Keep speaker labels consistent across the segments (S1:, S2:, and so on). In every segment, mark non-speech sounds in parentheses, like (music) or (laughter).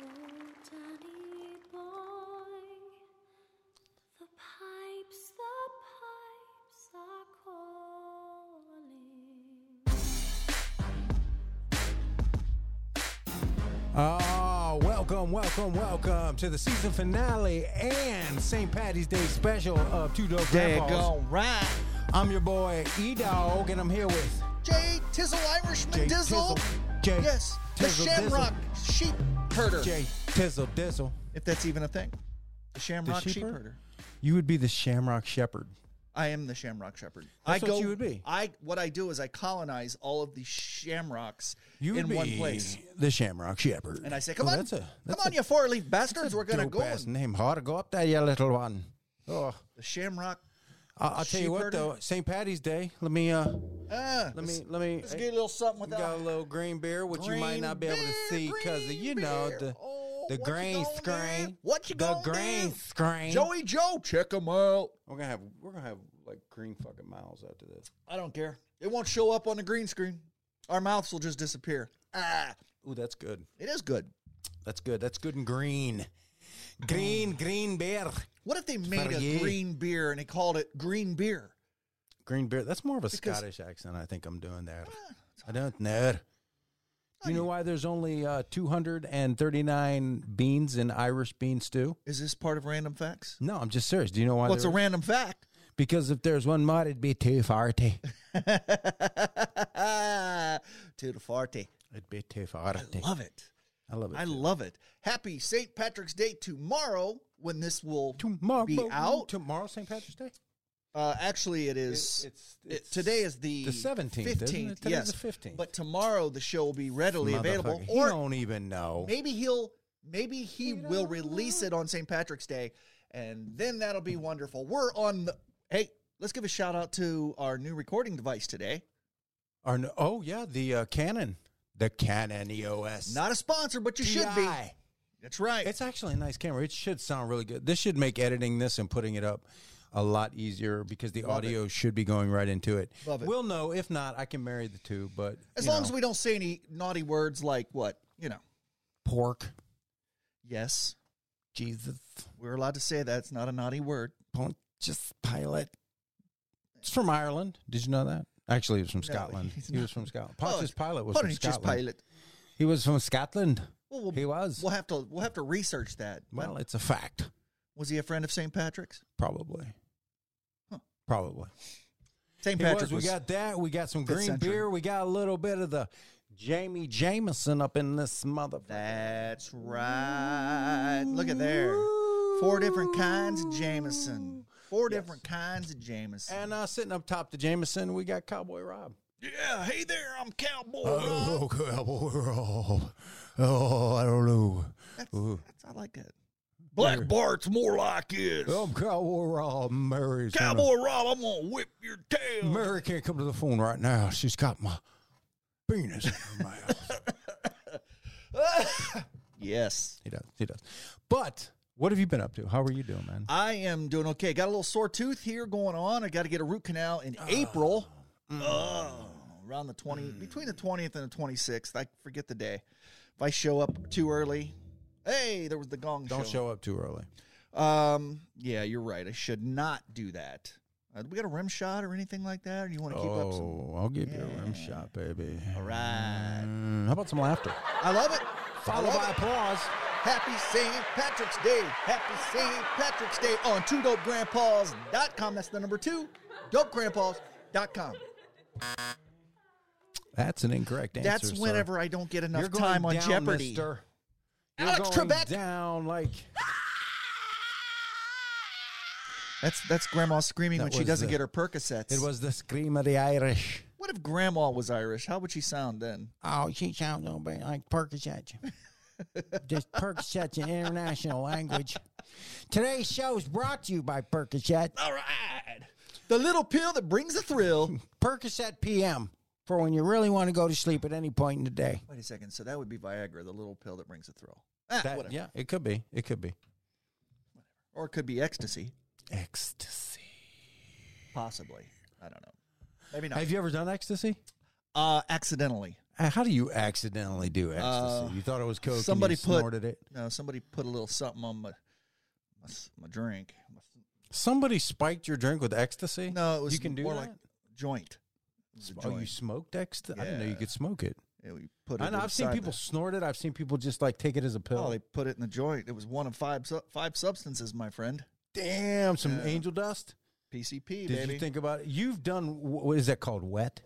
S1: Oh, Danny boy, the pipes, the pipes are calling.
S2: Oh, welcome, welcome, welcome to the season finale and St. Patty's Day special of Two Dope Grandpas.
S3: Daggone right.
S2: I'm your boy E Dog, and I'm here with
S3: Jay Tizzle Irishman
S2: Jay
S3: Dizzle.
S2: Tizzle. Jay
S3: yes,
S2: Tizzle
S3: the Shamrock Sheep Herder.
S2: Jay Tizzle Dizzle.
S3: If that's even a thing. The Shamrock
S2: sheep
S3: Sheep
S2: herd?
S3: Herder.
S2: You would be the Shamrock Shepherd.
S3: I am the Shamrock Shepherd. I
S2: That's
S3: go,
S2: what you would be.
S3: I what I do is I colonize all of the shamrocks
S2: You would
S3: in
S2: be
S3: one place,
S2: the Shamrock Shepherd.
S3: and I say, "Come
S2: Oh,
S3: on,
S2: that's a, that's
S3: come on,
S2: a
S3: you four-leaf bastards! We're gonna
S2: dope
S3: go."
S2: ass
S3: in
S2: name. How to go up there, you little one? Oh,
S3: The Shamrock.
S2: I- I'll tell you what
S3: Shepherd.
S2: though, St. Patty's Day. Let me uh,
S3: Ah,
S2: let me let me.
S3: let's get a little something
S2: We got a
S3: without.
S2: little green beer, which you might
S3: Green
S2: not be able to
S3: beer,
S2: see because
S3: green
S2: you know
S3: beer.
S2: the
S3: Oh,
S2: the
S3: what you
S2: green
S3: gonna
S2: screen.
S3: do? What you
S2: the
S3: gonna
S2: green
S3: do?
S2: screen?
S3: Joey Joe, check him out.
S2: We're gonna have we're gonna have like green fucking miles after this.
S3: I don't care. It won't show up on the green screen. Our mouths will just disappear. Ah,
S2: Ooh, that's good.
S3: it is good.
S2: That's good. That's good and green.
S3: Mm.
S2: Green, green beer.
S3: What if they made
S2: Perrier.
S3: a green beer and they called it green beer?
S2: Green beer. That's more of a
S3: Because- Ah,
S2: Scottish accent. I think I'm doing there. I don't know. Do you know why there's only uh, 239 beans in Irish bean stew?
S3: Is this part of random facts?
S2: No, I'm just serious. Do you know why?
S3: What's
S2: there-
S3: a random fact? (laughs)
S2: because if there's one more, it'd be 240.
S3: to the farty.
S2: It'd be 240.
S3: Love it.
S2: I love it.
S3: I love it. Happy St. Patrick's Day tomorrow when this will
S2: tomorrow
S3: be out.
S2: Tomorrow, St. Patrick's Day.
S3: Uh, actually, it is.
S2: It- it's-
S3: it-
S2: it's
S3: today is the
S2: the 17th, isn't it?
S3: 15th.
S2: Today's
S3: yes,
S2: the 15th.
S3: But tomorrow the show will be readily available.
S2: Motherfucker,
S3: Or
S2: he don't even know.
S3: maybe he'll maybe he will release it on St. Patrick's Day, and then that'll be wonderful. We're on the hey. Let's give a shout out to our new recording device today.
S2: Or no, oh yeah, the uh, Canon, the Canon E EOS.
S3: Not a sponsor, but you should be.
S2: TI.
S3: That's right.
S2: It's actually a nice camera. It should sound really good. This should make editing this and putting it up a lot easier because the audio should be going right into it.
S3: Love it.
S2: We'll know if not. I can marry the two, but
S3: as
S2: you
S3: long
S2: know,
S3: as we don't say any naughty words like what you know.
S2: pork,
S3: Yes,
S2: Jesus,
S3: we're allowed to say that. It's not a naughty word.
S2: Pontius Pilate. It's from Ireland. Did you know that? Actually, it was from Scotland.
S3: he's
S2: he was from Scotland. Pontius Pilate was
S3: Pontius
S2: from Scotland.
S3: Pilate.
S2: He was from Scotland.
S3: Well, we'll-
S2: he was.
S3: We'll have to we'll have to research that.
S2: Well, it's a fact,
S3: Was he a friend of St. Patrick's?
S2: probably.
S3: Huh.
S2: Probably.
S3: St.
S2: He
S3: Patrick
S2: was.
S3: was.
S2: We got that. We got some green
S3: century.
S2: beer. We got a little bit of the Jamie Jameson up in this motherfucker.
S3: That's right. Look at there. Four different kinds of Jameson. Four different kinds of Jameson.
S2: And uh, sitting up top to Jameson, we got Cowboy Rob.
S3: yeah, hey there, I'm Cowboy. Rob.
S2: Oh, Cowboy Rob. Oh, I don't know.
S3: That's, that's, I like that. Black Bart's more like it.
S2: I'm Oh, Cowboy Rob. Mary's gonna-
S3: Cowboy Rob, I'm gonna whip your tail.
S2: Mary can't come to the phone right now. She's got my penis in her mouth.
S3: yes.
S2: (laughs) He does. He does. But what have you been up to? How are you doing, man?
S3: I am doing okay. Got a little sore tooth here going on. I got to get a root canal in April.
S2: Mm.
S3: Oh, around the 20, between the 20th and the 26th. I forget the day. If I show up too early, hey, there was the gong
S2: Don't show up too early.
S3: Um, yeah, you're right. I should not do that. Uh, we got a rim shot or anything like that? Or you want to keep up some?
S2: Oh, I'll give you a rim shot, baby.
S3: All right.
S2: Mm, how about some laughter?
S3: I love it. I
S2: Followed
S3: love
S2: by
S3: it.
S2: applause.
S3: Happy St. Patrick's Day. Happy St. Patrick's Day on 2dopegrandpas.com. That's the number two, dopegrandpas.com.
S2: That's an incorrect answer.
S3: That's
S2: sir.
S3: whenever I don't get enough
S2: You're going
S3: time on
S2: down,
S3: Jeopardy.
S2: mister. You're
S3: Alex
S2: going
S3: Trebek.
S2: down like
S3: That's that's grandma screaming
S2: That
S3: when she
S2: was
S3: doesn't
S2: the-
S3: get her Percocets.
S2: it was the scream of the Irish.
S3: What if grandma was Irish? How would she sound then?
S2: Oh, she sounds a little bit like Percocet. Just Percocet's an international language. Today's show is brought to you by Percocet.
S3: All right. The little pill that brings a thrill. (laughs)
S2: Percocet PM for when you really want to go to sleep at any point in the day.
S3: Wait a second. So that would be Viagra, the little pill that brings a thrill. Ah, whatever.
S2: yeah, it could be. It could be.
S3: Or it could be ecstasy,
S2: Ecstasy.
S3: possibly. I don't know. Maybe not.
S2: Have you ever done ecstasy?
S3: uh, accidentally.
S2: Uh, How do you accidentally do ecstasy? you thought it was coke.
S3: somebody
S2: and you
S3: put-
S2: snorted it.
S3: No, somebody put a little something on my my, s- my drink.
S2: Somebody spiked your drink with ecstasy.
S3: No, it was
S2: You can do
S3: more
S2: that?
S3: like joint. It was a
S2: Oh, you
S3: joint.
S2: smoked ecstasy? I didn't know you
S3: Yeah.
S2: could smoke it.
S3: Yeah, we put it
S2: I know. I've seen
S3: inside
S2: people
S3: the-
S2: snort it. I've seen people just like take it as a pill.
S3: oh, they put it in the joint. It was one of five su- five substances, my friend.
S2: Damn, some
S3: Yeah.
S2: angel dust.
S3: PCP,
S2: Did
S3: baby.
S2: you think about it? You've done wh- what is that called? Wet.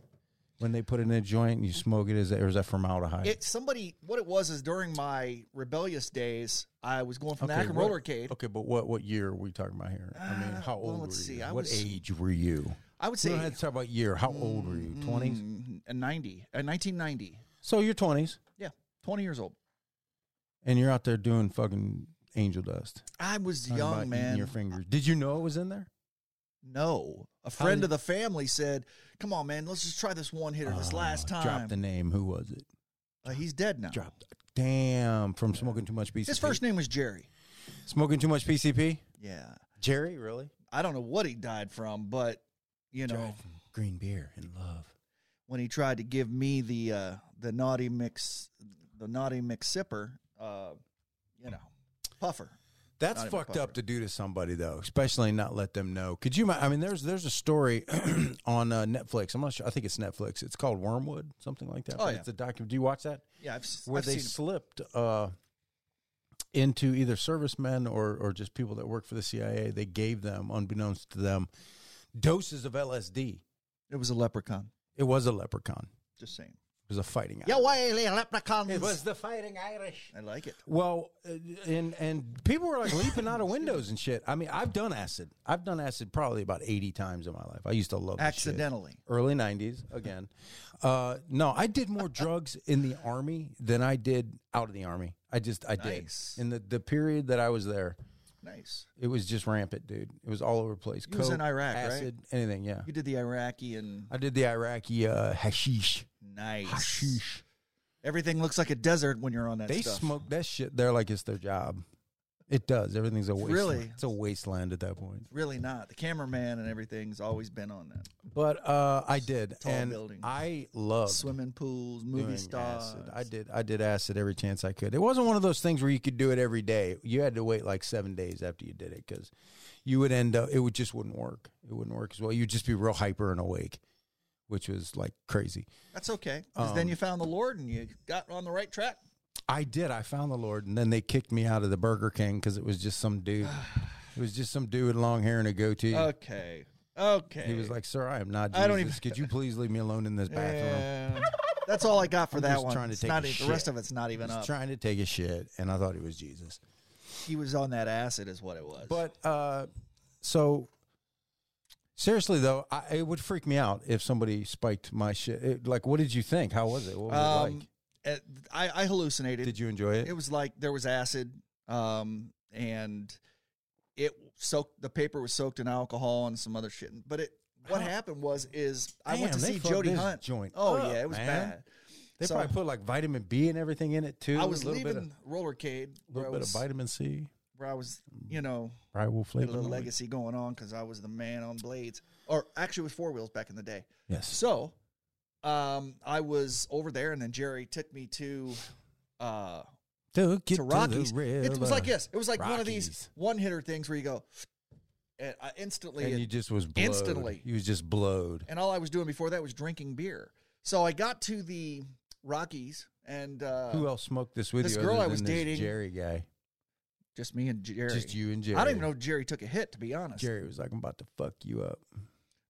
S2: When they put it in a joint and you smoke it, is that or is that formaldehyde?
S3: it, somebody, what it was is during my rebellious days, I was going from the
S2: Okay,
S3: Akron
S2: what- oh,
S3: Rollercade.
S2: Okay, but what what year are we talking about here? I mean, how
S3: Ah, well,
S2: old were
S3: let's see,
S2: you?
S3: I
S2: what
S3: was-
S2: age were you?
S3: I would
S2: We
S3: say
S2: don't have to talk about year. How old were you? Twenties.
S3: mm, uh, 90, uh, 1990.
S2: So you're twenties,
S3: Yeah, 20 years old.
S2: and you're out there doing fucking angel dust.
S3: I was
S2: Talking about
S3: young,
S2: eating
S3: man.
S2: Your fingers. Did you know it was in there?
S3: No. A friend
S2: did-
S3: of the family said, Come on, man, let's just try this one hitter this
S2: Oh,
S3: last time.
S2: Drop the name. Who was it?
S3: Uh, he's dead now.
S2: Drop. the- Damn, from smoking too much PCP.
S3: His first name was Jerry.
S2: Smoking too much PCP.
S3: Yeah.
S2: Jerry, really?
S3: I don't know what he died from, but, you know,
S2: Jerry from green beer and love.
S3: when he tried to give me the uh, the naughty mix, the naughty mix sipper, uh, you know, puffer.
S2: That's
S3: Not even
S2: fucked
S3: puffer.
S2: up to do to somebody though, especially not let them know. Could you? ma- I mean, there's there's a story (clears throat) on uh, Netflix. I'm not sure. I think it's Netflix. It's called Wormwood, something like that.
S3: Oh,
S2: But
S3: yeah.
S2: It's a document. Do you watch that?
S3: Yeah, I've, s-
S2: Where
S3: I've
S2: they
S3: seen
S2: slipped uh, into either servicemen or or just people that work for the CIA. They gave them, unbeknownst to them, doses of LSD.
S3: it was a leprechaun.
S2: It was a leprechaun.
S3: Just saying.
S2: It was a fighting.
S3: Yeah,
S2: Irish.
S3: wily leprechauns.
S2: it was the fighting Irish.
S3: I like it.
S2: Well, uh, and and people were like leaping out of windows and shit. I mean, I've done acid. I've done acid probably about eighty times in my life. I used to love this shit.
S3: Accidentally.
S2: Early nineties again. Uh, no, I did more drugs in the army than I did out of the army. I just I
S3: Nice.
S2: did in the the period that I was there.
S3: Nice.
S2: It was just rampant, dude. It was all over the place.
S3: You was in Iraq, right?
S2: acid, anything. Yeah,
S3: You did the Iraqi and
S2: I did the Iraqi uh, hashish.
S3: nice.
S2: Hashish.
S3: Everything looks like a desert when you're on that
S2: They
S3: stuff.
S2: smoke that shit there like it's their job. It does. Everything's a wasteland.
S3: Really?
S2: It's a wasteland at that point.
S3: Really not. The cameraman and everything's always been on that.
S2: But uh, I did,
S3: Tall
S2: and
S3: buildings.
S2: I loved
S3: Swimming pools, movie
S2: Oh, doing
S3: stars.
S2: acid. I did. I did acid every chance I could. It wasn't one of those things where you could do it every day. You had to wait like seven days after you did it because you would end up. It would just wouldn't work. It wouldn't work as well. You'd just be real hyper and awake, which was like crazy.
S3: That's okay. Because
S2: Um,
S3: then you found the Lord and you got on the right track.
S2: I did. I found the Lord, and then they kicked me out of the Burger King because it was just some dude. (sighs) it was just some dude with long hair and a goatee.
S3: Okay. Okay.
S2: He was like, "Sir, I am not Jesus.
S3: I don't even-
S2: Could you please leave me alone in this bathroom?"
S3: (laughs) Yeah. That's all I got for
S2: I'm
S3: that
S2: just
S3: one.
S2: trying to
S3: It's
S2: take
S3: not
S2: a
S3: even-
S2: shit.
S3: the rest of it's not even
S2: I
S3: up.
S2: was trying to take a shit, and I thought he was Jesus.
S3: he was on that acid, is what it was.
S2: But uh, so seriously though, I, it would freak me out if somebody spiked my shit. It, like, what did you think? How was it? What was it like?
S3: um, eh, I, I hallucinated.
S2: Did you enjoy it?
S3: it was like there was acid um and it soaked the paper was soaked in alcohol and some other shit but it what
S2: How-
S3: happened was is i went to
S2: Damn, they
S3: see
S2: fucked
S3: jody
S2: this
S3: hunt
S2: joint
S3: oh
S2: up,
S3: yeah it was
S2: man.
S3: bad
S2: they
S3: so-
S2: probably put like vitamin B and everything in it too.
S3: i was
S2: a little
S3: leaving
S2: bit of,
S3: rollercade where I,
S2: little bit of Mm.
S3: was,
S2: vitamin C.
S3: where I was you know
S2: Rival
S3: had
S2: flavor.
S3: a little
S2: on it.
S3: legacy going on because i was the man on blades or actually it was four wheels back in the day
S2: Yes.
S3: so um i was over there and then jerry took me to uh
S2: Took it
S3: to
S2: to the
S3: Rockies. it was like
S2: river.
S3: yes, it was like one of
S2: Rockies.
S3: these one hitter things where you go, and I instantly,
S2: and
S3: it-
S2: you just was blowed.
S3: Instantly.
S2: You was just blowed.
S3: and all I was doing before that was drinking beer. So I got to the Rockies and uh,
S2: Who else smoked this with
S3: this
S2: you?
S3: girl
S2: other
S3: I was
S2: than this
S3: dating-
S2: Jerry guy.
S3: just me and Jerry.
S2: Just you and Jerry.
S3: I don't even know if Jerry took a hit to be honest.
S2: Jerry was like, "I'm about to fuck you up."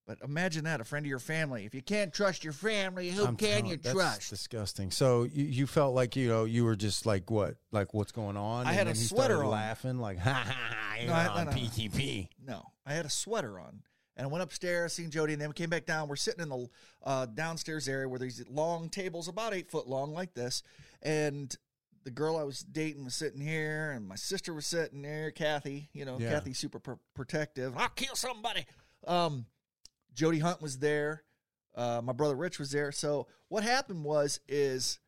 S3: But imagine that a friend of your family. If you can't trust your family, who
S2: I'm
S3: can
S2: telling-
S3: you
S2: that's
S3: trust?
S2: Disgusting. So you, you felt like you know you were just like what, like what's going on?
S3: I had
S2: then
S3: a
S2: he
S3: sweater
S2: started
S3: on.
S2: laughing like, (laughs) "Ha ha ha!" You're
S3: No, I-
S2: on
S3: no, no.
S2: PTP.
S3: No, I had a sweater on. And I went upstairs, seen Jody, and then we came back down. We're sitting in the uh, downstairs area where there's long tables, about eight foot long, like this. And the girl I was dating was sitting here, and my sister was sitting there, Kathy. You know,
S2: Yeah.
S3: Kathy's super pr- protective. I'll kill somebody. Um, Jody Hunt was there. Uh, my brother Rich was there. So what happened was is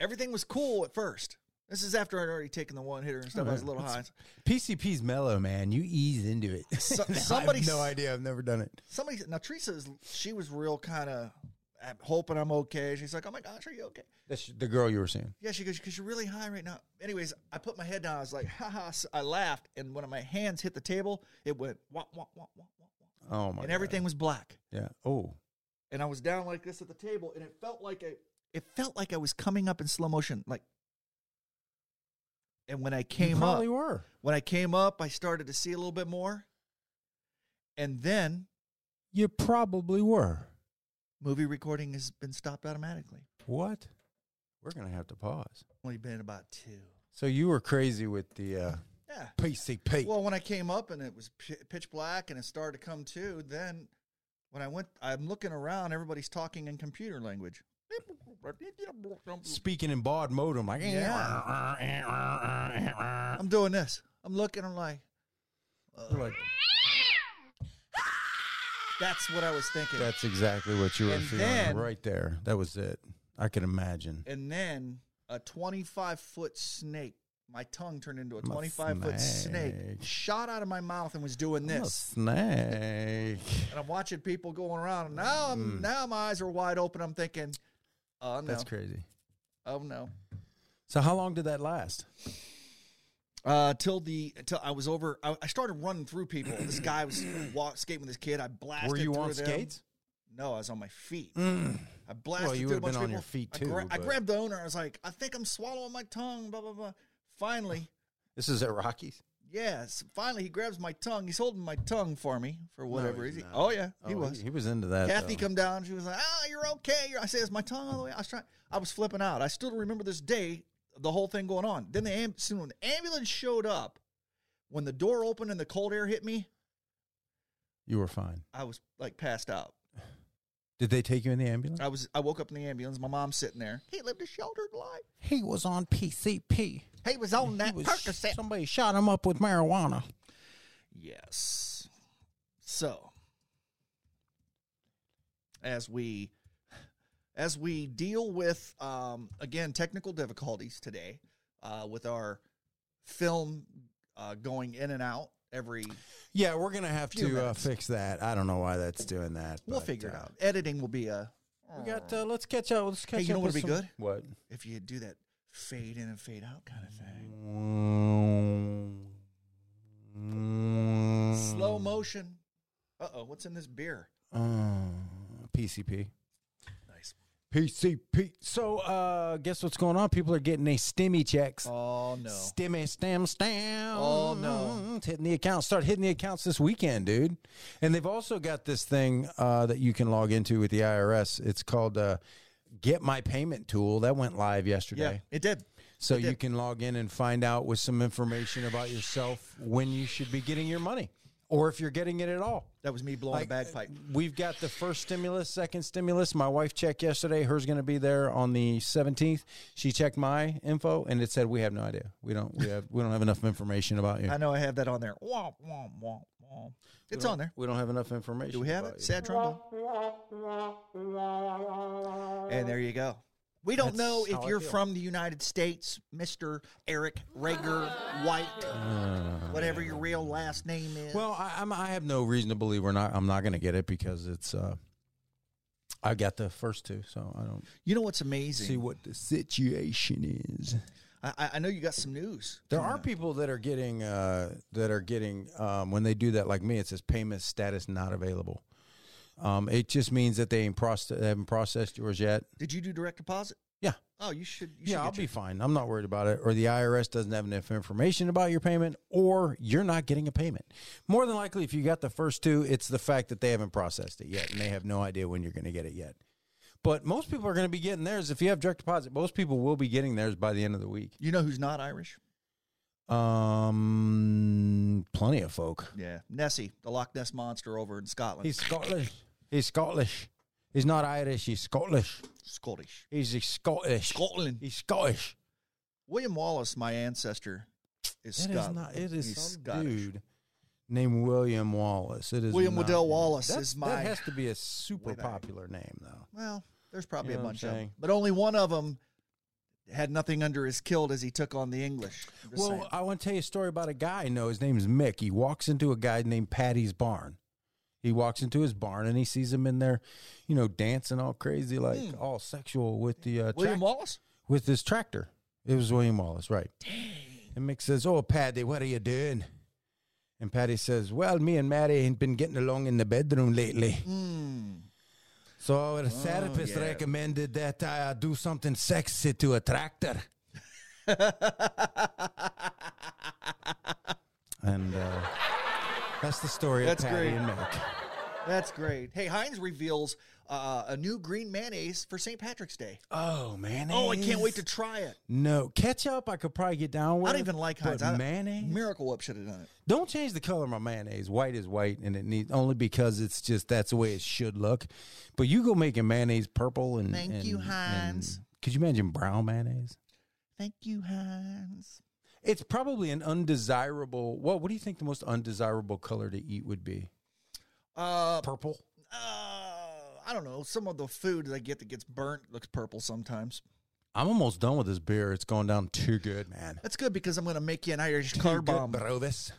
S3: everything was cool at first. This is after I'd already taken the one hitter and stuff. I was a little high.
S2: PCP's mellow, man. You ease into it.
S3: (laughs) So-
S2: (laughs) I have
S3: somebody s-
S2: no idea. I've never done it.
S3: somebody now Teresa is she was real kind of I'm hoping I'm okay. She's like, oh my gosh, are you okay?
S2: That's the girl you were seeing.
S3: Yeah, she goes, because you're really high right now. Anyways, I put my head down. I was like, haha. So I laughed, and when my hands hit the table, it went wah wah wah wah wah, wah,
S2: Oh my!
S3: and everything was black.
S2: God. Yeah. Oh.
S3: And I was down like this at the table, and it felt like I, it felt like I was coming up in slow motion, like. And when I
S2: you
S3: came up,
S2: probably were.
S3: when I came up, I started to see a little bit more, and then
S2: You probably were.
S3: movie recording has been stopped automatically.
S2: What? We're gonna have to pause.
S3: Only been about two.
S2: So you were crazy with the uh,
S3: Yeah.
S2: PCP.
S3: Well, when I came up and it was pi- pitch black and it started to come to, then when I went, I'm looking around, everybody's talking in computer language.
S2: Speaking in baud mode, I'm like,
S3: I'm doing this. I'm looking, I'm like, uh,
S2: You're like,
S3: that's what I was thinking.
S2: that's exactly what you were
S3: And
S2: feeling
S3: then-
S2: right there. That was it. I could imagine.
S3: and then a 25 foot snake, my tongue turned into a
S2: I'm a
S3: 25 foot snake,
S2: snake.
S3: shot out of my mouth and was doing
S2: I'm a
S3: this.
S2: snake.
S3: And I'm watching people going around. And now, I'm, now my eyes are wide open. I'm thinking, oh no.
S2: That's crazy.
S3: Oh no.
S2: So how long did that last?
S3: Uh, till the till I was over, I, I started running through people. This guy was walk, skating with his kid. I blasted.
S2: Were you
S3: through
S2: on
S3: them.
S2: skates?
S3: No, I was on my feet.
S2: Mm.
S3: I blasted
S2: Well, you
S3: through a
S2: would've
S3: bunch
S2: been
S3: of
S2: on your
S3: people.
S2: feet
S3: I, gra-
S2: too,
S3: I
S2: but-
S3: grabbed the owner. I was like, I think I'm swallowing my tongue. Blah blah blah. Finally,
S2: This is at Rockies.
S3: yes. Finally, he grabs my tongue. He's holding my tongue for me for whatever
S2: he's
S3: reason.
S2: not.
S3: Oh yeah, he
S2: Oh,
S3: was.
S2: He was into that.
S3: Kathy
S2: though.
S3: come down. She was like, "Ah, you're okay." You're, I said, "Is my tongue all the way?" I was trying. I was flipping out. I still remember this day, the whole thing going on. Then the am- soon when the ambulance showed up, when the door opened and the cold air hit me,
S2: You were fine.
S3: I was like passed out.
S2: Did they take you in the ambulance?
S3: I was. I woke up in the ambulance. My mom's sitting there. He lived a sheltered life.
S2: He was on PCP.
S3: He was on that Percocet.
S2: somebody shot him up with marijuana.
S3: yes. So, as we as we deal with um, again technical difficulties today uh, with our film uh, going in and out every
S2: Yeah, we're gonna have
S3: Few
S2: to uh,
S3: minutes.
S2: fix that. I don't know why that's doing that.
S3: we'll
S2: but,
S3: figure it
S2: uh,
S3: out editing will be a
S2: We got. Uh, let's catch up. Let's catch
S3: you know
S2: up.
S3: what'd
S2: with
S3: be
S2: some-
S3: good?
S2: What?
S3: if you do that fade in and fade out kind of thing slow
S2: Mm.
S3: motion uh-oh what's in this beer
S2: Uh, PCP.
S3: nice
S2: PCP. So, uh, guess what's going on? People are getting their stimmy checks.
S3: oh no
S2: Stimmy, stem, stem.
S3: Oh, no.
S2: It's hitting the accounts. Start hitting the accounts this weekend, dude. And they've also got this thing uh, that you can log into with the IRS. It's called uh, Get My Payment Tool. That went live yesterday.
S3: yeah it did
S2: So you can log in and find out with some information about yourself when you should be getting your money or if you're getting it at all.
S3: that was me blowing a bagpipe
S2: We've got the first stimulus, second stimulus. My wife checked yesterday. Hers going to be there on the 17th. She checked my info and it said we have no idea. We don't we have we don't have enough information about you.
S3: i know i have that on there womp, womp, womp, womp. it's on there
S2: We don't have enough information.
S3: do we have
S2: about
S3: it
S2: you.
S3: sad trombone and there you go we don't
S2: That's
S3: know
S2: how
S3: if
S2: I
S3: you're
S2: feel.
S3: from the United States, Mr. Eric Rager White,
S2: Uh.
S3: whatever your real last name is.
S2: Well, I, I'm, I have no reason to believe we're not. I'm not going to get it because it's. Uh, I got the first two, so I don't
S3: you know what's amazing?
S2: see what the situation is.
S3: I- I, I know you got some news.
S2: There are people that are getting uh, that are getting um, when they do that, like me. It says payment status not available. Um, it just means that they ain't proce- they haven't processed yours yet.
S3: Did you do direct deposit?
S2: Yeah,
S3: Oh, you should. You should
S2: yeah, I'll
S3: get
S2: be
S3: your-
S2: fine. I'm not worried about it. Or the IRS doesn't have enough information about your payment, or you're not getting a payment. More than likely, if you got the first two, it's the fact that they haven't processed it yet, and they have no idea when you're going to get it yet. But most people are going to be getting theirs if you have direct deposit. Most people will be getting theirs by the end of the week.
S3: You know who's not Irish?
S2: Um, plenty of folk.
S3: Yeah, Nessie, the Loch Ness monster over in Scotland.
S2: He's Scottish. He's Scottish. He's not Irish. He's Scottish.
S3: Scottish.
S2: He's Scottish.
S3: Scotland.
S2: He's Scottish.
S3: William Wallace, my ancestor,
S2: It
S3: is
S2: is
S3: Scotland.
S2: not. It is
S3: He's
S2: some dude named William Wallace. It is
S3: William
S2: not-
S3: Waddell Wallace
S2: That's-
S3: is my.
S2: That has to be a super
S3: Way back.
S2: popular name, though.
S3: well, there's probably
S2: You know
S3: a
S2: what
S3: bunch
S2: I'm
S3: of them,
S2: saying?
S3: but only one of them had nothing under his kilt as he took on the English. I'm just
S2: Well,
S3: saying.
S2: I want to tell you a story about a guy I know. His name's Mick. He walks into a guy named Patty's Barn. He walks into his barn and he sees him in there, you know, dancing all crazy, like all sexual with the uh,
S3: Hmm. William
S2: trac-
S3: Wallace?
S2: with his tractor. It was William Wallace, right? And Mick says, "Oh, Paddy, what are you doing?" And Paddy says, "Well, me and Maddie ain't been getting along in the bedroom lately." So the therapist
S3: Hmm. Oh, yeah.
S2: recommended that I uh, do something sexy to a tractor. and uh, that's the story
S3: That's
S2: of Patty
S3: great.
S2: and Mick.
S3: (laughs) That's great. Hey, Heinz reveals uh, a new green mayonnaise for St. Patrick's Day.
S2: Oh man!
S3: Oh, I can't wait to try it.
S2: No ketchup. I could probably get down with.
S3: I don't even like Heinz.
S2: but
S3: I-
S2: mayonnaise.
S3: Miracle Whip should have done it.
S2: Don't change the color of my mayonnaise. White is white, and it needs only because it's just that's the way it should look. But you go making mayonnaise purple and
S3: Thank
S2: and-
S3: you,
S2: and-
S3: Heinz.
S2: could you imagine brown mayonnaise?
S3: Thank you, Heinz.
S2: It's probably an undesirable. Well, what do you think the most undesirable color to eat would be?
S3: Uh,
S2: Purple.
S3: uh, I don't know. Some of the food that I get that gets burnt looks purple sometimes.
S2: I'm almost done with this beer. It's going down too good, man.
S3: That's good because I'm going to make you an Irish car
S2: Too good,
S3: bomb.
S2: Brovis.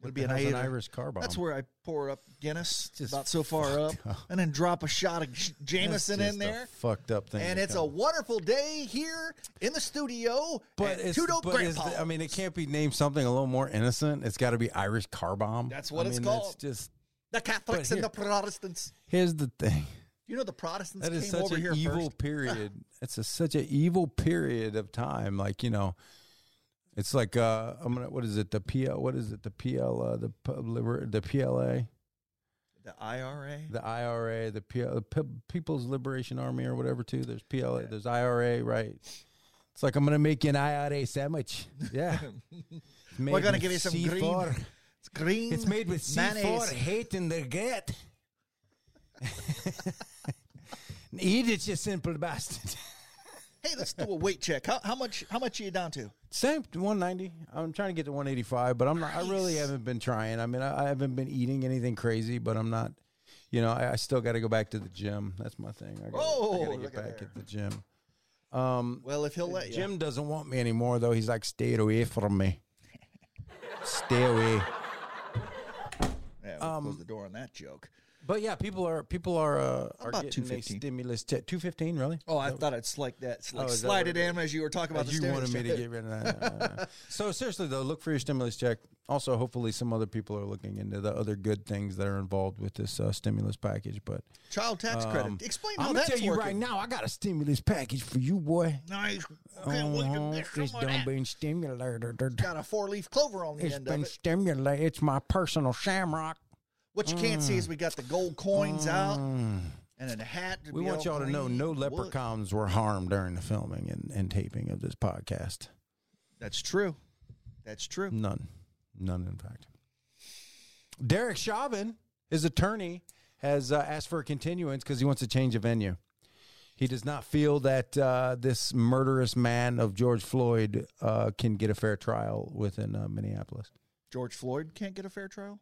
S3: Would
S2: What
S3: be
S2: the
S3: an
S2: hell's an
S3: Irish-
S2: Irish car bomb.
S3: That's where I pour up Guinness
S2: Just
S3: about so far up,
S2: fucked up.
S3: and then drop a shot of J-
S2: That's
S3: Jameson
S2: just
S3: in
S2: a
S3: there.
S2: fucked up thing.
S3: And
S2: to
S3: it's a
S2: come.
S3: wonderful day here in the studio.
S2: But
S3: at
S2: it's,
S3: Two Dope
S2: but it's-
S3: Grandpa.
S2: I mean, it can't be named something a little more innocent. It's got to be Irish car bomb.
S3: That's what
S2: I
S3: it's
S2: mean,
S3: called.
S2: That's just
S3: the Catholics and the
S2: here-
S3: Protestants.
S2: here's the thing.
S3: You know the Protestants
S2: That
S3: came
S2: is such
S3: over
S2: an
S3: here
S2: evil
S3: first. (laughs)
S2: period. it's a, such an evil period of time. Like you know, it's like uh, I'm gonna. What is it? The PL. What is it? The PL. Uh, the Pub Liber- the PLA.
S3: The IRA.
S2: The IRA. The PL, Pe- People's Liberation Army or whatever. Too. There's PLA. There's IRA. Right. It's like I'm gonna make you an IRA sandwich. Yeah.
S3: (laughs) We're gonna give you some green.
S2: (laughs)
S3: It's green.
S2: It's made with
S3: mayonnaise.
S2: C4 hate and regret. (laughs) Eat it, you simple bastard.
S3: Hey, let's do a weight check. How, how much? How much are you down to?
S2: Same 190. I'm trying to get to 185, but I'm not. I really
S3: Nice.
S2: haven't been trying. I mean, I, I haven't been eating anything crazy, but I'm not. You know, I, I still got to go back to the gym. That's my thing. I gotta,
S3: Oh,
S2: I gotta
S3: look
S2: get
S3: at
S2: back
S3: there.
S2: at the gym. Um,
S3: Well, if he'll let you.
S2: Jim doesn't want me anymore, though. He's like, stay away from me. stay away.
S3: Yeah, we'll close the door on that joke.
S2: But yeah, people are people are uh, are
S3: About
S2: getting a
S3: 215.
S2: stimulus. Two fifteen, really?
S3: Oh, I thought I'd like that.
S2: Oh,
S3: Like
S2: is that
S3: slide
S2: what
S3: it
S2: it
S3: in as you were talking about the
S2: you
S3: stimulus
S2: wanted me to get
S3: check.
S2: rid of that. No, no, no. (laughs) so seriously though, look for your stimulus check. Also, hopefully, some other people are looking into the other good things that are involved with this uh, stimulus package. But
S3: Child tax
S2: um,
S3: credit. Explain how
S2: I'm
S3: that's
S2: tell you
S3: working.
S2: right now, I got a stimulus package for you, boy.
S3: Nice. Okay, well, you
S2: Oh,
S3: can get
S2: it's
S3: some of
S2: done
S3: that.
S2: being stimulated.
S3: Got a four leaf clover on the
S2: It's
S3: end of
S2: been
S3: it.
S2: stimulated. It's my personal shamrock.
S3: What you can't
S2: Mm.
S3: see is we got the gold coins out and then a hat. to
S2: We
S3: be
S2: want
S3: all
S2: y'all to know
S3: green
S2: no
S3: wood.
S2: leprechauns were harmed during the filming and, and taping of this podcast.
S3: That's true. That's true.
S2: None. None, in fact. Derek Chauvin, his attorney, has uh, asked for a continuance because he wants to change a venue. He does not feel that uh, this murderous man of George Floyd uh, can get a fair trial within uh, Minneapolis.
S3: George Floyd can't get a fair trial.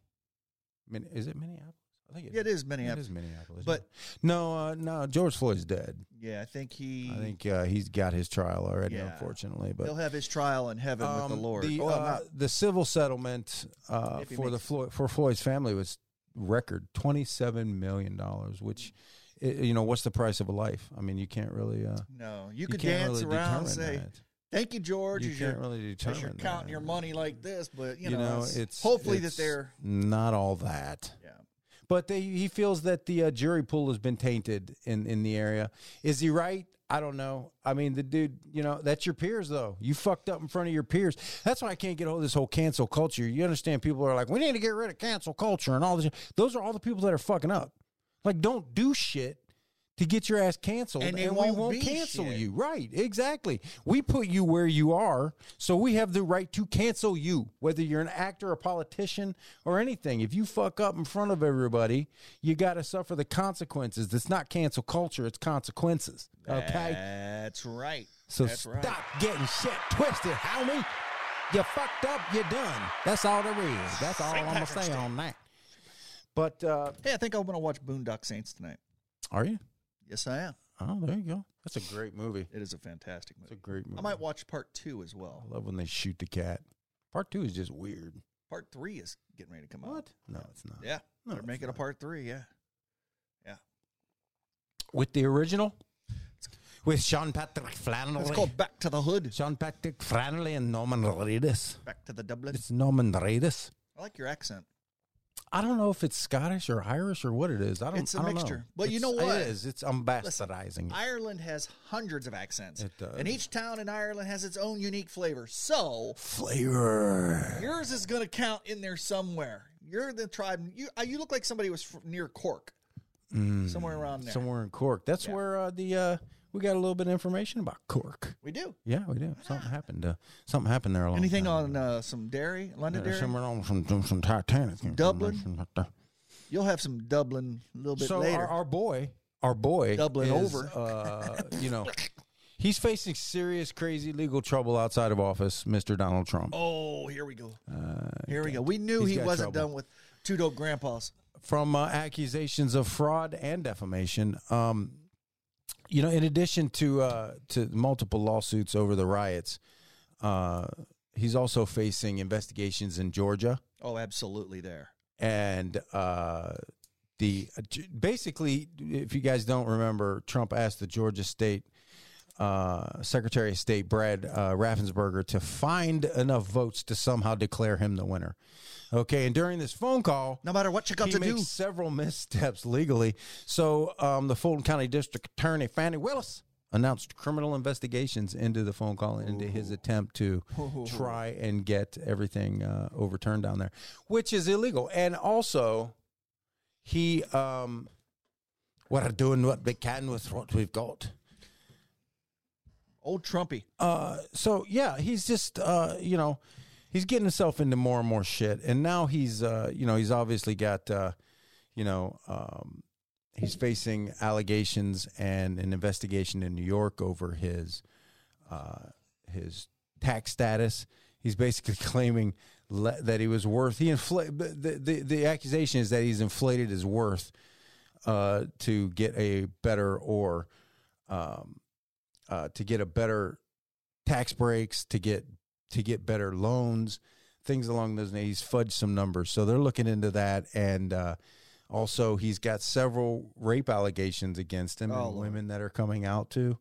S2: Min- is it Minneapolis? I think
S3: Yeah, it is
S2: It
S3: Minneapolis.
S2: is Minneapolis.
S3: But-
S2: no, uh, no, George Floyd's dead.
S3: Yeah, I think he.
S2: I think uh, he's got his trial already,
S3: Yeah.
S2: unfortunately. But
S3: he'll have his trial in heaven with the
S2: Um,
S3: Lord.
S2: The,
S3: oh, I'm
S2: uh,
S3: not-
S2: the civil settlement uh,
S3: If he
S2: for the
S3: makes-
S2: Floyd, for Floyd's family was record twenty seven million dollars, which i you know what's the price of a life? I mean, you can't really uh,
S3: no, you,
S2: you
S3: could
S2: can't
S3: dance
S2: really
S3: around and say,
S2: determine that.
S3: "Thank you, George."
S2: You
S3: as
S2: can't
S3: you're-
S2: really
S3: as
S2: determine
S3: you're counting
S2: that.
S3: your money like this, but you,
S2: You know,
S3: it's,
S2: it's
S3: hopefully
S2: it's
S3: that they're
S2: not all that.
S3: yeah.
S2: But they, he feels that the uh, jury pool has been tainted in, in the area. Is he right? I don't know. I mean, the dude, you know, that's your peers, though. You fucked up in front of your peers. That's why I can't get hold of this whole cancel culture. You understand people are like, we need to get rid of cancel culture and all this. Those are all the people that are fucking up. Like, don't do shit to get your ass canceled
S3: And
S2: and,
S3: they
S2: we
S3: won't
S2: won't
S3: be
S2: cancel
S3: shit.
S2: you. Right, exactly. We put you where you are, so we have the right to cancel you, whether you're an actor, a politician, or anything. If you fuck up in front of everybody, you got to suffer the consequences. It's not cancel culture, it's consequences. Okay?
S3: That's right.
S2: So
S3: that's
S2: stop
S3: right.
S2: getting shit twisted, homie. You fucked up, you done. That's all there is. That's all I'm going to say on that. But, uh,
S3: Hey, I think I'm going to watch Boondock Saints tonight.
S2: are you?
S3: Yes, I am.
S2: Oh, there you go. That's a great movie.
S3: It is a fantastic
S2: It's a
S3: movie. Oh.
S2: great movie.
S3: I might watch part two as well.
S2: I love when they shoot the cat. Part two is just weird.
S3: Part three is getting ready to come out.
S2: What? No, it's not.
S3: Yeah.
S2: No,
S3: They're
S2: it's
S3: making a
S2: not.
S3: part three. Yeah.
S2: With the original? With Sean Patrick Flannery.
S3: It's called Back to the Hood.
S2: Sean Patrick Flannery and Norman Reedus.
S3: Back to the Dublin.
S2: It's Norman Reedus.
S3: I like your accent.
S2: I don't know if it's Scottish or Irish or what it is. I don't.
S3: It's a
S2: I don't know.
S3: mixture. But you
S2: It's-
S3: know what?
S2: It is. It's I'm bastardizing.
S3: Ireland has hundreds of accents.
S2: Mm. It does.
S3: And each town in Ireland has its own unique flavor. So
S2: Flavor.
S3: yours is going to count in there somewhere. You're the tribe. You, uh, you look like somebody was fr- near Cork,
S2: Mm.
S3: somewhere around there.
S2: Somewhere in Cork. That's
S3: Yeah.
S2: where uh, the uh, we got a little bit of information about Cork.
S3: We do.
S2: Yeah, we do. Something happened. Uh, something happened there. A long
S3: Ah. Anything
S2: time
S3: on
S2: ago.
S3: uh, some dairy, London
S2: Yeah,
S3: dairy?
S2: somewhere on some some, some Titanic.
S3: Dublin?
S2: information. Uh,
S3: You'll have some Dublin a little bit
S2: So
S3: later.
S2: our, our boy, our boy,
S3: Dublin
S2: is,
S3: over. (laughs)
S2: Uh, you know, he's facing serious, crazy legal trouble outside of office, Mister Donald Trump.
S3: oh, here we go. here we go. We knew
S2: he's
S3: he
S2: Uh, got
S3: wasn't
S2: trouble.
S3: done with two dope grandpas.
S2: from uh, accusations of fraud and defamation. Um, you know, in addition to uh, to multiple lawsuits over the riots, uh, he's also facing investigations in Georgia
S3: Oh, absolutely there.
S2: and uh, the basically, if you guys don't remember, Trump asked the Georgia State uh, Secretary of State Brad uh, Raffensberger to find enough votes to somehow declare him the winner. Okay, and during this phone call,
S3: No matter what you got
S2: he
S3: to
S2: makes
S3: do.
S2: several (laughs) missteps legally. So um, the Fulton County District Attorney Fannie Willis announced criminal investigations into the phone call and into his attempt to try and get everything uh, overturned down there, which is illegal. And also, he um, we're doing what we can with what we've got.
S3: Old
S2: (laughs)
S3: Trumpy.
S2: Uh, so yeah, he's just uh, you know, he's getting himself into more and more shit, and now he's uh, you know, he's obviously got uh, you know, um, he's facing allegations and an investigation in New York over his uh, his tax status. He's basically (laughs) claiming le- that he was worth he inflate the, the the accusation is that he's inflated his worth uh, to get a better or um, uh, to get a better tax breaks to get to get better loans, things along those lines. He's fudged some numbers, so they're looking into that. And uh, also, he's got several rape allegations against him
S3: Oh,
S2: and
S3: Lord.
S2: women that are coming out to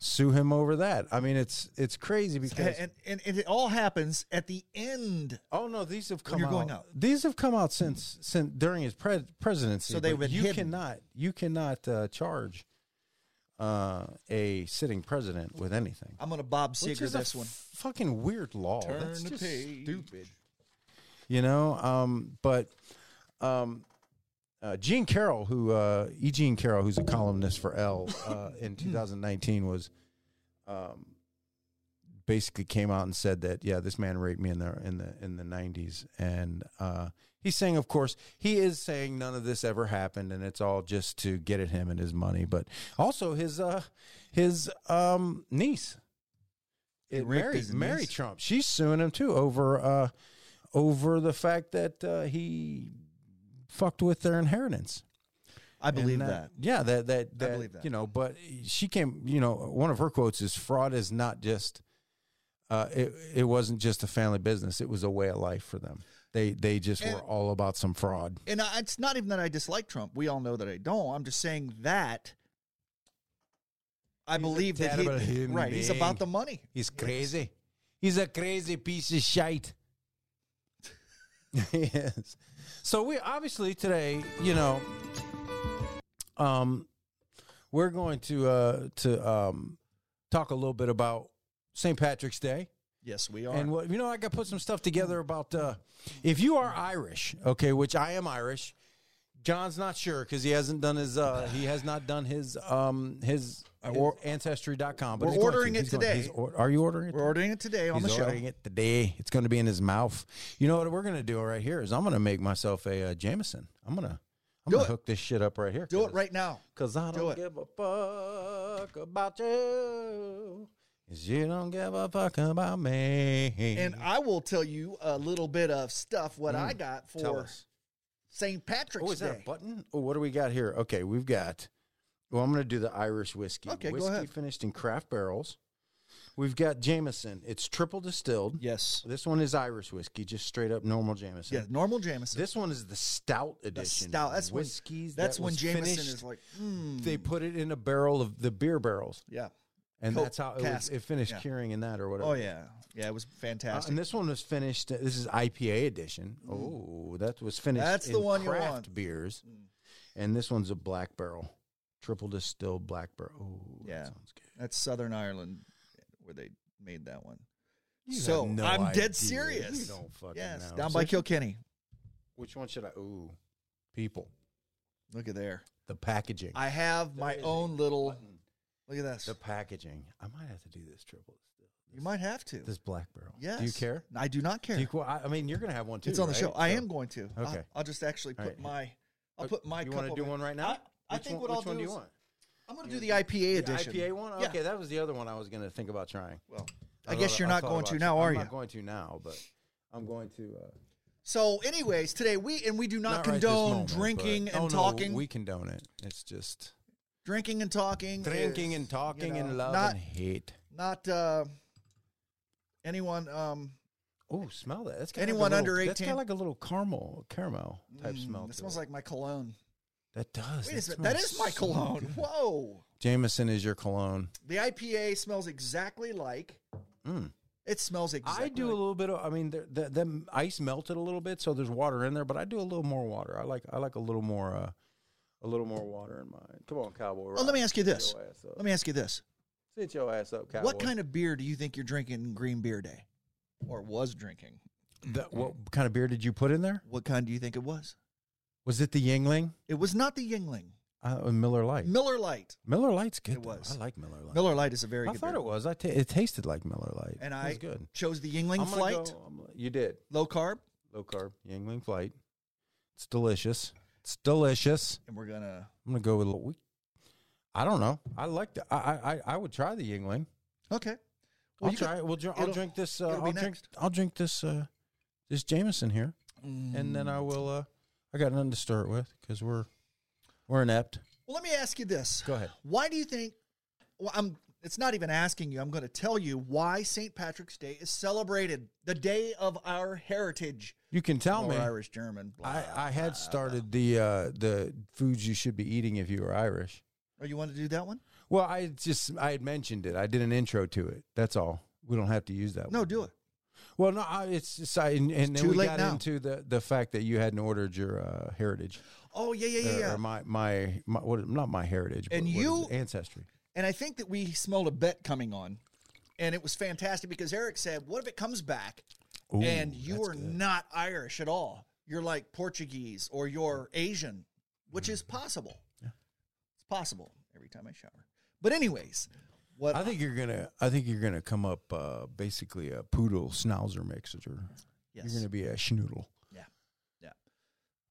S2: sue him over that. I mean, it's it's crazy because
S3: And, and, and it all happens at the end.
S2: oh no, these have come
S3: you're
S2: out,
S3: going out.
S2: These have come out since since during his pre- presidency.
S3: So they've
S2: but
S3: been
S2: you
S3: hidden.
S2: cannot you cannot uh, charge uh, a sitting president with anything.
S3: I'm going to Bob
S2: Which
S3: Seeger
S2: is a
S3: this one.
S2: f- Fucking weird law.
S3: Turn
S2: That's
S3: the
S2: just
S3: page.
S2: stupid. You know, um, but um, uh, Gene Carroll, who uh, E. Gene Carroll, who's a columnist for L uh,
S3: (clears throat)
S2: in 2019, was um, basically came out and said that yeah, this man raped me in the in the in the 90s, and uh, he's saying, of course, he is saying none of this ever happened, and it's all just to get at him and his money, but also his uh, his um, niece.
S3: He raped
S2: Mary,
S3: his
S2: Mary
S3: niece?
S2: Trump. She's suing him too over uh, over the fact that uh, he fucked with their inheritance.
S3: I believe
S2: And, uh,
S3: that.
S2: Yeah, that that, that,
S3: believe that.
S2: You know, but she came. You know, one of her quotes is, "Fraud is not just. Uh, it it wasn't just a family business. It was a way of life for them. They they just were
S3: And-
S2: all about some fraud.
S3: And I, it's not even that I dislike Trump. We all know that I don't. I'm just saying that I believe that
S2: terrible
S3: he,
S2: human
S3: right, he's
S2: being.
S3: about the money.
S2: He's crazy. He's a crazy piece of shite. (laughs) yes. So we obviously today, you know, um, we're going to uh to um talk a little bit about St. Patrick's Day.
S3: Yes, we are.
S2: And what you know, I got put some stuff together about uh, if you are Irish, okay, which I am Irish. John's not sure because he hasn't done his uh, he has not done his um his, his ancestry.com. But
S3: we're
S2: he's going to.
S3: ordering it
S2: He's going to.
S3: today.
S2: He's or- are you ordering it?
S3: We're ordering it today on
S2: He's
S3: the show.
S2: ordering it today. It's going to be in his mouth. You know what we're going to do right here is I'm going to make myself a uh, Jameson. I'm gonna I'm
S3: Do
S2: gonna
S3: it.
S2: hook this shit up right here.
S3: Do
S2: 'cause-
S3: it right now.
S2: Cause I
S3: Do
S2: don't
S3: it.
S2: give a fuck about you. 'Cause you don't give a fuck about me.
S3: And I will tell you a little bit of stuff what I got
S2: Mm. Tell
S3: for
S2: us.
S3: St. Patrick's
S2: Oh, is that a
S3: Day.
S2: button? Oh, what do we got here? Okay, we've got. Well, I'm going to do the Irish whiskey.
S3: Okay, go
S2: whiskey
S3: ahead.
S2: finished in craft barrels. We've got Jameson. It's triple distilled.
S3: Yes.
S2: This one is Irish whiskey, just straight up normal Jameson.
S3: Yeah, normal Jameson.
S2: This one is the stout edition.
S3: stout. That's when-
S2: whiskeys.
S3: That's
S2: that
S3: when
S2: was
S3: Jameson
S2: finished.
S3: is like, mm,
S2: They put it in a barrel of the beer barrels,
S3: yeah.
S2: and
S3: Coke
S2: that's how it, was,
S3: cask.
S2: it finished
S3: Yeah.
S2: curing in that or whatever.
S3: Oh yeah, yeah. It was
S2: Uh,
S3: fantastic. Mm.
S2: and this one was finished. uh, This is IPA edition. Oh, that was finished.
S3: That's the
S2: in
S3: one you
S2: craft
S3: want. Mm.
S2: beers, and this one's a black barrel, triple distilled black barrel. Oh,
S3: Yeah.
S2: that sounds good.
S3: That's Southern Ireland where they made that one.
S2: You
S3: so
S2: have no
S3: I'm
S2: idea.
S3: dead serious.
S2: You don't fucking
S3: yes,
S2: know.
S3: down
S2: So
S3: by
S2: if-
S3: Kilkenny.
S2: Which one should I? Ooh, people.
S3: Look at there.
S2: The packaging.
S3: I have my
S2: is a
S3: own little. Look at this.
S2: The packaging. I might have to do this triple distilled.
S3: You might have to.
S2: This black barrel.
S3: Yes.
S2: Do you care?
S3: I do not care.
S2: Do you, qu- I I mean, you're gonna have one too.
S3: it's on the
S2: right?
S3: show. I
S2: So-
S3: am going to. I'll-
S2: Okay.
S3: I'll, just actually
S2: All
S3: put
S2: right.
S3: my. I'll
S2: Uh,
S3: put my.
S2: You
S3: want to
S2: do one right now?
S3: I, I
S2: Which
S3: think
S2: one-
S3: what I'll
S2: which one
S3: do,
S2: do you
S3: is
S2: want?
S3: I'm going to do the IPA
S2: The
S3: edition.
S2: IPA one.
S3: Yeah.
S2: Okay, that was the other one I was gonna think about trying.
S3: Well, I,
S2: thought
S3: guess
S2: ab-
S3: you're not
S2: thought
S3: going
S2: about
S3: to
S2: tr-
S3: now,
S2: I'm
S3: are you?
S2: not going to now, but I'm going to. Uh,
S3: So, anyways, today we and we do not,
S2: not right this
S3: condone
S2: moment, but-
S3: drinking and
S2: Oh, no,
S3: talking.
S2: we condone it. It's just
S3: drinking and talking.
S2: drinking
S3: is,
S2: and talking
S3: you know,
S2: and love
S3: not-
S2: and hate.
S3: not uh, anyone. Um,
S2: Oh, smell that! That's got like a
S3: Anyone
S2: little-
S3: under
S2: That's
S3: 18?
S2: got like a little caramel, caramel type
S3: mm,
S2: smell.
S3: It
S2: to
S3: smells
S2: it.
S3: like my cologne.
S2: that does.
S3: Wait a minute, that
S2: smells
S3: is my
S2: so
S3: cologne.
S2: good.
S3: Whoa,
S2: Jameson is your cologne.
S3: the IPA smells exactly like.
S2: Mm.
S3: It smells exactly.
S2: I do a
S3: like-
S2: little bit of. I mean, the, the the ice melted a little bit, so there's water in there. But I do a little more water. I like I like a little more uh, a little more water in mine. Come on, cowboy.
S3: Oh, let me ask you
S2: Sit
S3: this.
S2: your ass up.
S3: Let me ask you this:
S2: Sit your ass up, cowboy.
S3: What kind of beer do you think you're drinking Green Beer Day, or was drinking?
S2: of that, what kind of beer did you put in there?
S3: What kind do you think it was?
S2: Was it the Yingling?
S3: It was not the Yingling.
S2: Uh, Miller Light.
S3: Miller Lite.
S2: Miller Light's good.
S3: It
S2: though.
S3: was.
S2: I like Miller Light.
S3: Miller Lite is a very
S2: I
S3: good
S2: thought
S3: beer.
S2: it was. I ta it tasted like Miller Light.
S3: And
S2: it
S3: I
S2: was good.
S3: chose the Yingling
S2: I'm gonna
S3: Flight,
S2: go- I'm gonna- you did
S3: low carb,
S2: low carb Yingling Flight. It's delicious. It's delicious.
S3: and we're gonna.
S2: I'm gonna go with. a little- We, I don't know. I like the. I I I- I would try the Yingling.
S3: Okay.
S2: I'll
S3: you could-
S2: try. it. We'll drink. I'll
S3: it'll-
S2: drink this. Uh,
S3: it'll be
S2: I'll drink.
S3: next.
S2: I'll drink this. Uh, this Jameson here, and then I will. Uh, I got nothing to start with because we're we're inept.
S3: Well, let me ask you this.
S2: Go ahead.
S3: Why do you think? Well, I'm. It's not even asking you. I'm going to tell you why St. Patrick's Day is celebrated, the day of our heritage.
S2: You can tell
S3: Or
S2: me.
S3: Irish, German. Blah.
S2: I, I had started the uh, the foods you should be eating if you were Irish.
S3: oh, you want to do that one?
S2: Well, I just I had mentioned it. I did an intro to it. That's all. We don't have to use that.
S3: No,
S2: one.
S3: do it.
S2: Well, no, I, it's just, I, and, and then
S3: too
S2: we
S3: late
S2: got
S3: now.
S2: into the, the fact that you hadn't ordered your uh, heritage.
S3: Oh, yeah, yeah,
S2: Or-
S3: yeah, yeah.
S2: Or my, my, my what, not my heritage, but
S3: And
S2: what is
S3: you-
S2: it? ancestry.
S3: And I think that we smelled a bet coming on, and it was fantastic because Eric said, "What if it comes back,
S2: Ooh,
S3: and you
S2: that's
S3: are
S2: good.
S3: not Irish at all? You're like Portuguese or you're Asian, which
S2: Mm.
S3: is possible. It's possible every time I shower. But anyways, what
S2: I think you're gonna. I think you're gonna come up uh, basically a poodle schnauzer mixer. You're gonna be a schnoodle.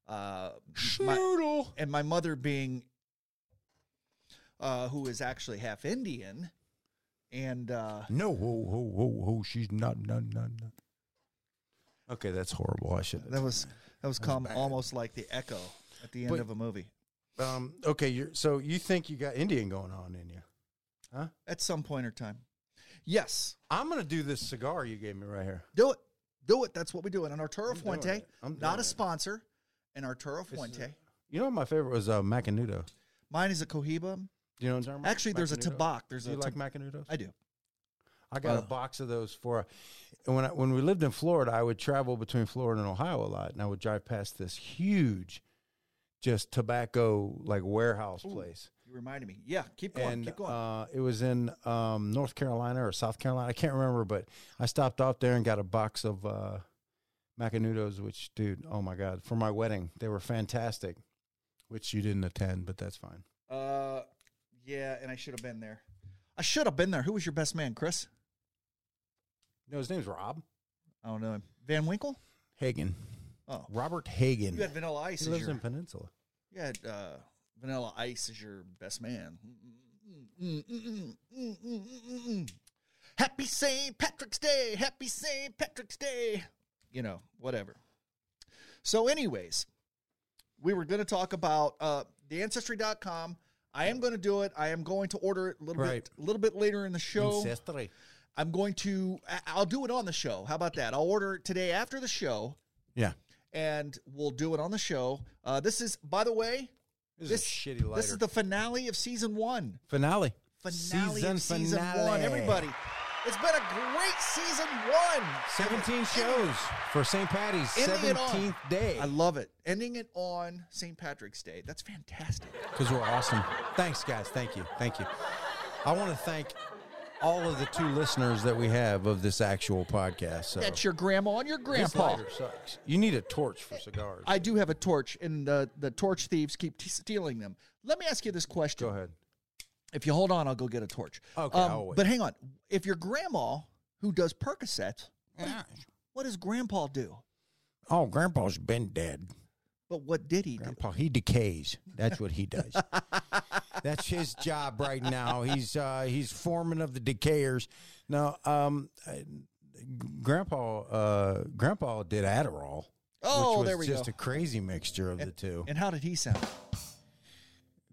S3: uh,
S2: (laughs)
S3: my, (laughs)
S2: Schnoodle.
S3: and my mother being uh, who is actually half Indian, and uh,
S2: No, ho, ho, ho, ho. She's not, not, not, not. Okay, that's horrible. I should.
S3: that was that was come
S2: bad.
S3: almost like the echo at the end
S2: But-
S3: of a movie
S2: Um, okay, you're, so you think you got Indian going on in you?
S3: at some point or time. Yes,
S2: I'm gonna do this cigar you gave me right here.
S3: do it, do it. That's what we do. And Arturo
S2: I'm doing
S3: Fuente,
S2: it. I'm doing
S3: not a
S2: it.
S3: sponsor, and Arturo Fuente.
S2: You know, what my favorite was uh, Macanudo.
S3: Mine is a Cohiba.
S2: Do you know what I'm talking about?
S3: Actually, there's a
S2: Macanudo?
S3: Tabac. There's
S2: Do
S3: a
S2: you like
S3: Tab-
S2: Macanudos?
S3: I do.
S2: I got
S3: Uh.
S2: a box of those for. And when I, when we lived in Florida, I would travel between Florida and Ohio a lot, and I would drive past this huge, just tobacco like warehouse place.
S3: You reminded me. Yeah, keep going.
S2: and
S3: keep going.
S2: uh, it was in um, North Carolina or South Carolina. I can't remember, but I stopped off there and got a box of uh, Macanudos, which, dude, oh my God, for my wedding. They were fantastic, which you didn't attend, but that's fine.
S3: Uh, yeah, and I should have been there. I should have been there. Who was your best man, Chris?
S2: No, his name's Rob
S3: I don't know him. Van Winkle.
S2: Hagen.
S3: Oh,
S2: Robert Hagen.
S3: you had Vanilla Ice.
S2: he
S3: As
S2: lives
S3: your,
S2: in Peninsula.
S3: you had uh, Vanilla Ice as your best man. Mm, mm, mm, mm, mm, mm, mm, mm, mm. Happy St. Patrick's Day. Happy St. Patrick's Day. You know, whatever. So, anyways, we were going to talk about uh, the ancestry.com. I am going to do it. I am going to order it a little
S2: Right.
S3: bit, a little bit later in the show.
S2: Ancestry.
S3: I'm going to. I- I'll do it on the show. How about that? I'll order it today after the show,
S2: Yeah.
S3: and we'll do it on the show. Uh, this is, by the way,
S2: This,
S3: This-
S2: is a shitty lighter.
S3: this is the finale of season one.
S2: finale.
S3: Finale of season one. Everybody, it's been a great season one.
S2: 17 shows for St. Patty's,
S3: Ending it
S2: 17th day.
S3: uh, I love it. Ending it on St. Patrick's Day. That's fantastic.
S2: because we're awesome. Thanks, guys. Thank you. Thank you. I want to thank all of the two listeners that we have of this actual podcast. So
S3: That's your grandma and your
S2: this
S3: grandpa.
S2: lighter sucks. You need a torch for cigars.
S3: I do have a torch, and the, the torch thieves keep t- stealing them. Let me ask you this question.
S2: Go ahead.
S3: If you hold on, I'll go get a torch. Um,
S2: Okay, I'll wait.
S3: But hang on. If your grandma, who does Percocet, what does grandpa do?
S2: Oh, Grandpa's been dead.
S3: But what did he do?
S2: Grandpa, he decays. That's what he does. (laughs) That's his job right now. He's uh, he's foreman of the decayers. Now, um, I- Grandpa, uh, Grandpa did Adderall.
S3: Oh,
S2: which was
S3: there we
S2: just
S3: go.
S2: a crazy mixture of
S3: (laughs)
S2: the two.
S3: And how did he sound?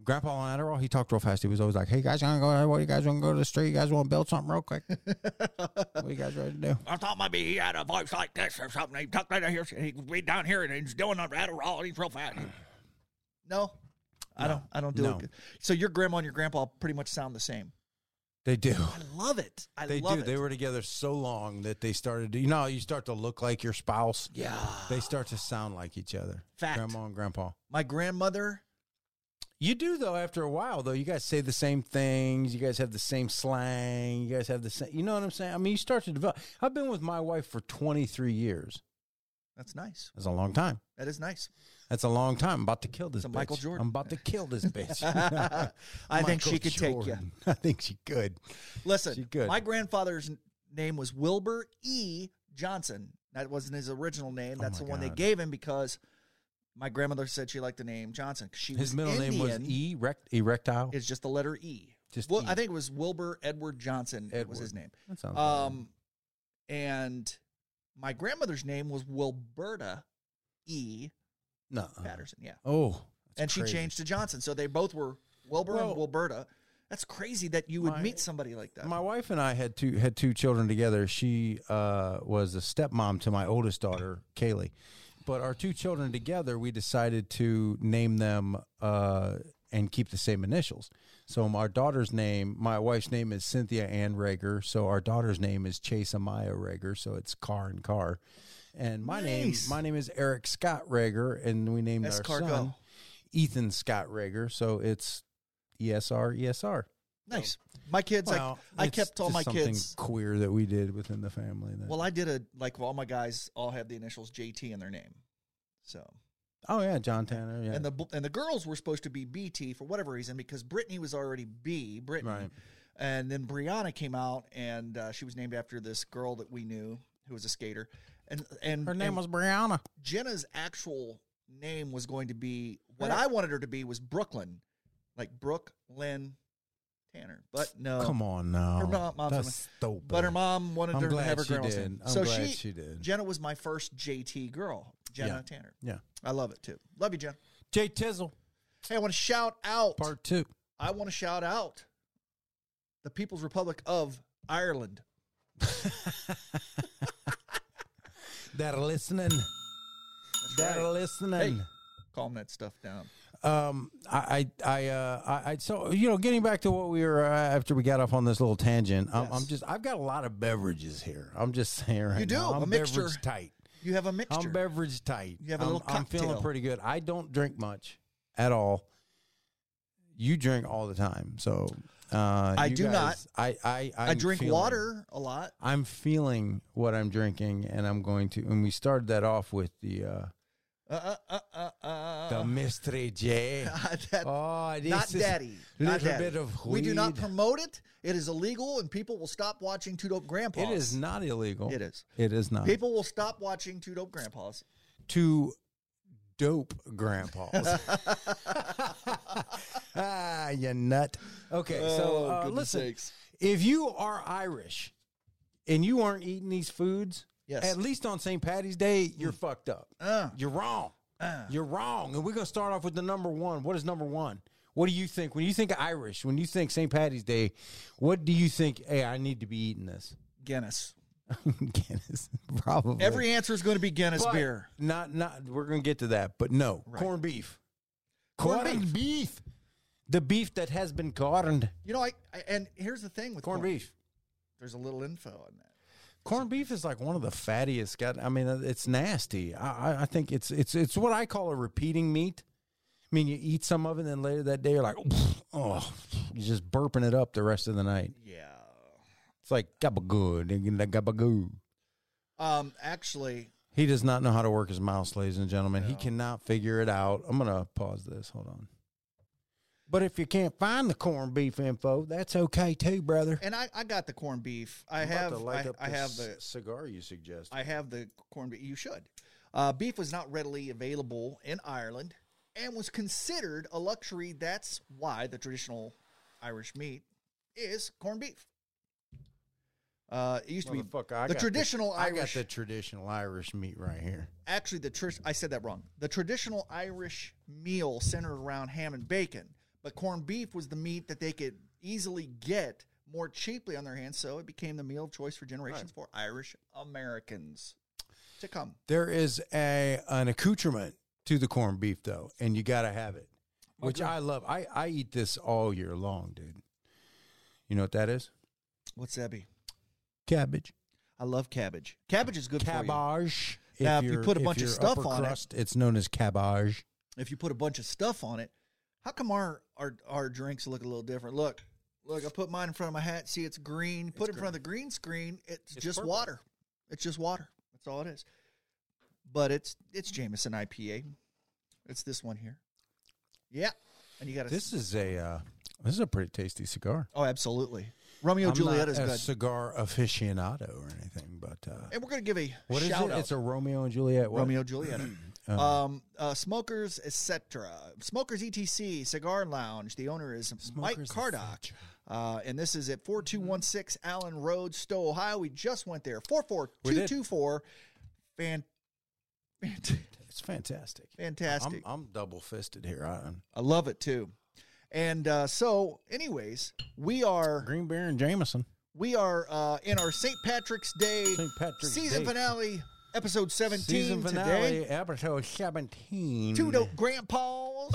S2: Grandpa on Adderall, he talked real fast. He was always like, "Hey guys, I'm gonna go. What do you guys want to go to the street? You guys want to build something real quick? what do you guys ready to
S3: (laughs)
S2: do?"
S4: I thought maybe he had a voice like this or something. He tucked right here. He would be down here and he's doing a Adderall. He's real fast.
S3: (sighs) No, I don't. I don't do
S2: No.
S3: it. Good. So your grandma and your grandpa pretty much sound the same.
S2: They do.
S3: I love it. I
S2: They
S3: love
S2: do.
S3: it.
S2: They were together so long that they started. To, you know, you start to look like your spouse.
S3: yeah.
S2: They start to sound like each other.
S3: Fact.
S2: Grandma and grandpa.
S3: My grandmother.
S2: You do though. After a while, though, you guys say the same things. You guys have the same slang. You guys have the same. You know what I'm saying? I mean, you start to develop. I've been with my wife for 23 years.
S3: That's nice.
S2: That's a long time.
S3: That
S2: (laughs)
S3: is nice. (laughs)
S2: That's a long time. I'm about to kill this.
S3: It's a
S2: bitch.
S3: Michael Jordan.
S2: I'm about to kill
S3: (laughs)
S2: this bitch.
S3: I think she
S2: Michael
S3: could take you.
S2: Jordan. (laughs) I think she could. She
S3: Listen,
S2: could.
S3: my grandfather's n- name was Wilbur E. Johnson. That wasn't his original name.
S2: Oh
S3: That's
S2: my
S3: the one they
S2: God.
S3: gave him because my grandmother said she liked the name Johnson. 'cause She
S2: His
S3: was
S2: middle name was
S3: Indian.
S2: E. Rect, erectile.
S3: It's just the letter E.
S2: Just
S3: well,
S2: E.
S3: I think it was Wilbur Edward Johnson. It was
S2: Edward.
S3: his name.
S2: That sounds about right.
S3: Um, and my grandmother's name was Wilberta E.
S2: no.
S3: Patterson. Yeah,
S2: Oh, that's
S3: and she
S2: crazy.
S3: changed to Johnson, so they both were Wilbur and
S2: Well-
S3: Wilberta. That's crazy that you would
S2: My-
S3: meet somebody like that.
S2: My wife and I had two had two children together. She uh, was a stepmom to my oldest daughter, Kaylee. But our two children together, we decided to name them uh, and keep the same initials. So my daughter's name, my wife's name is Cynthia Ann Rager. So our daughter's name is Chase Amaya Rager. So it's car and car. And my
S3: Nice.
S2: name, my name is Eric Scott Rager, and we named our
S3: Escargot.
S2: son Ethan Scott Rager. So it's E ESR ESR.
S3: nice. My kids,
S2: Well,
S3: I, I
S2: it's
S3: kept all
S2: just
S3: my
S2: something
S3: kids.
S2: queer that we did within the family. That,
S3: Well, I did a like all my guys all have the initials JT in their name. So
S2: oh yeah, John Tanner. Yeah,
S3: and the bo- and the girls were supposed to be BT for whatever reason because Brittany was already B Brittany,
S2: Right.
S3: and then Brianna came out and uh, she was named after this girl that we knew who was a skater, and and
S2: her name
S3: and
S2: was Brianna.
S3: Jenna's actual name was going to be what
S2: Right.
S3: I wanted her to be was Brooklyn, like Brooke Lynn Tanner, but no,
S2: Oh, Come on now,
S3: Her mom- mom's
S2: that's stupid.
S3: but her mom wanted
S2: I'm
S3: her to
S2: glad
S3: have her
S2: she
S3: grandma's
S2: did.
S3: name,
S2: I'm
S3: so
S2: glad
S3: she,
S2: she did.
S3: Jenna was my first JT girl, Jenna Tanner.
S2: Yeah,
S3: I love it too. Love you, Jenna.
S2: Jay Tizzle,
S3: Hey, I want to shout out.
S2: part two.
S3: I want to shout out the People's Republic of Ireland.
S2: That are listening, that are listening.
S3: Hey. Calm that stuff down.
S2: Um, I, I, I, uh, I, I, so you know, getting back to what we were uh, after we got off on this little tangent. I'm, I'm
S3: Yes.
S2: just, I've got a lot of beverages here. I'm just saying, right
S3: You do,
S2: now, I'm
S3: a mixture.
S2: beverage tight.
S3: You have a mixture.
S2: I'm beverage tight.
S3: You have a
S2: I'm-
S3: little
S2: I'm feeling
S3: cocktail.
S2: pretty good. I don't drink much at all. You drink all the time, so uh,
S3: I
S2: you
S3: do not.
S2: guys- I I
S3: I
S2: I'm
S3: drink
S2: feeling-
S3: water a lot.
S2: I'm feeling what I'm drinking, and I'm going to. And we started that off with the uh,
S3: Uh, uh, uh, uh, uh.
S2: the mystery J.
S3: (laughs) that,
S2: oh, this
S3: not
S2: is
S3: daddy.
S2: Little
S3: Not daddy.
S2: bit of weed.
S3: We do not promote it. It is illegal, and people will stop watching Two Dope Grandpas.
S2: It is not illegal.
S3: It is.
S2: It is not.
S3: People will stop watching Two Dope Grandpas.
S2: two dope
S3: (laughs)
S2: grandpas. (laughs) ah, you nut. Okay,
S3: Oh,
S2: so uh, listen, if you are Irish and you aren't eating these foods,
S3: Yes.
S2: at least on St. Patty's Day, you're fucked up.
S3: Uh,
S2: You're wrong.
S3: uh.
S2: You're wrong. And we're gonna start off with the number one. What is number one? What do you think when you think Irish? When you think St. Patty's Day, what do you think? Hey, I need to be eating this. (laughs)
S3: Guinness.
S2: Guinness, (laughs) probably.
S3: Every answer is going to be Guinness
S2: But
S3: beer.
S2: Not not we're gonna get to that, but no.
S3: Right.
S2: Corned beef.
S3: Corned
S2: beef. The beef that has been corned.
S3: You know, I, I and here's the thing with
S2: Corned beef.
S3: There's a little info on that.
S2: Corned beef is like one of the fattiest. Got I mean, uh, it's nasty. I, I- I think it's it's it's what I call a repeating meat. I mean, you eat some of it, and then later that day you're like, oh, you're just burping it up the rest of the night.
S3: Yeah.
S2: It's like gabagood, gabagoo.
S3: Um. Actually,
S2: He does not know how to work his mouse, ladies and gentlemen. He cannot figure it out. I'm gonna pause this. Hold on. But if you can't find the corned beef info, that's okay too, brother.
S3: and I, I got the corned beef. I
S2: I'm about
S3: have
S2: to light
S3: I,
S2: up
S3: I
S2: this
S3: have the
S2: cigar you suggested.
S3: I have the corned beef. You should. Uh, beef was not readily available in Ireland and was considered a luxury. That's why the traditional Irish meat is corned beef. Uh, it used to be
S2: Motherfucker, I
S3: the
S2: got
S3: traditional
S2: I got
S3: Irish.
S2: the traditional Irish meat right here.
S3: actually, the tr- I said that wrong. The traditional Irish meal centered around ham and bacon, but corned beef was the meat that they could easily get more cheaply on their hands, so it became the meal of choice for generations for Irish Americans to come.
S2: There is a an accoutrement to the corned beef though, and you gotta have it, which I love. I I eat this all year long, dude. You know what that is?
S3: What's that be?
S2: Cabbage.
S3: I love cabbage. Cabbage is good for
S2: Cabbage.
S3: Now, if you
S2: you're-
S3: put a bunch of
S2: you're
S3: stuff
S2: upper
S3: on it-
S2: crust, it's known as cabbage.
S3: you. If you put a bunch of stuff on it, how come our our, our drinks look a little different? Look, look, I put mine in front of my hat. See, it's green. put it in front of the green screen. It's, just water. It's just water. That's all it is. But it's it's Jameson IPA. It's this one here. Yeah, and you got to
S2: This is a uh, this is a pretty tasty cigar.
S3: Oh, absolutely. Romeo
S2: I'm
S3: Juliet
S2: not
S3: is
S2: a
S3: good.
S2: cigar aficionado or anything, but uh,
S3: and we're gonna give a
S2: what is
S3: shout
S2: it?
S3: out.
S2: It's a Uh-huh. Romeo and Juliet. What?
S3: Romeo Juliet.
S2: (clears throat)
S3: um, uh, smokers, etc. Smokers, etc. Cigar Lounge. The owner is Mike
S2: Smokers,
S3: Cardock. Uh, and this is at 4216 Allen Road, Stowe, Ohio. We just went there.
S2: We did.
S3: 44224. Fan- fan-
S2: It's fantastic.
S3: fantastic.
S2: I'm, I'm double fisted here. I,
S3: I love it too. And uh, so, anyways, we are
S2: Green Beer and Jameson.
S3: we are uh, in our St. Patrick's Day
S2: St. Patrick's
S3: season
S2: Day.
S3: finale, episode 17
S2: Season
S3: today.
S2: finale, episode 17.
S3: Two dope grandpas.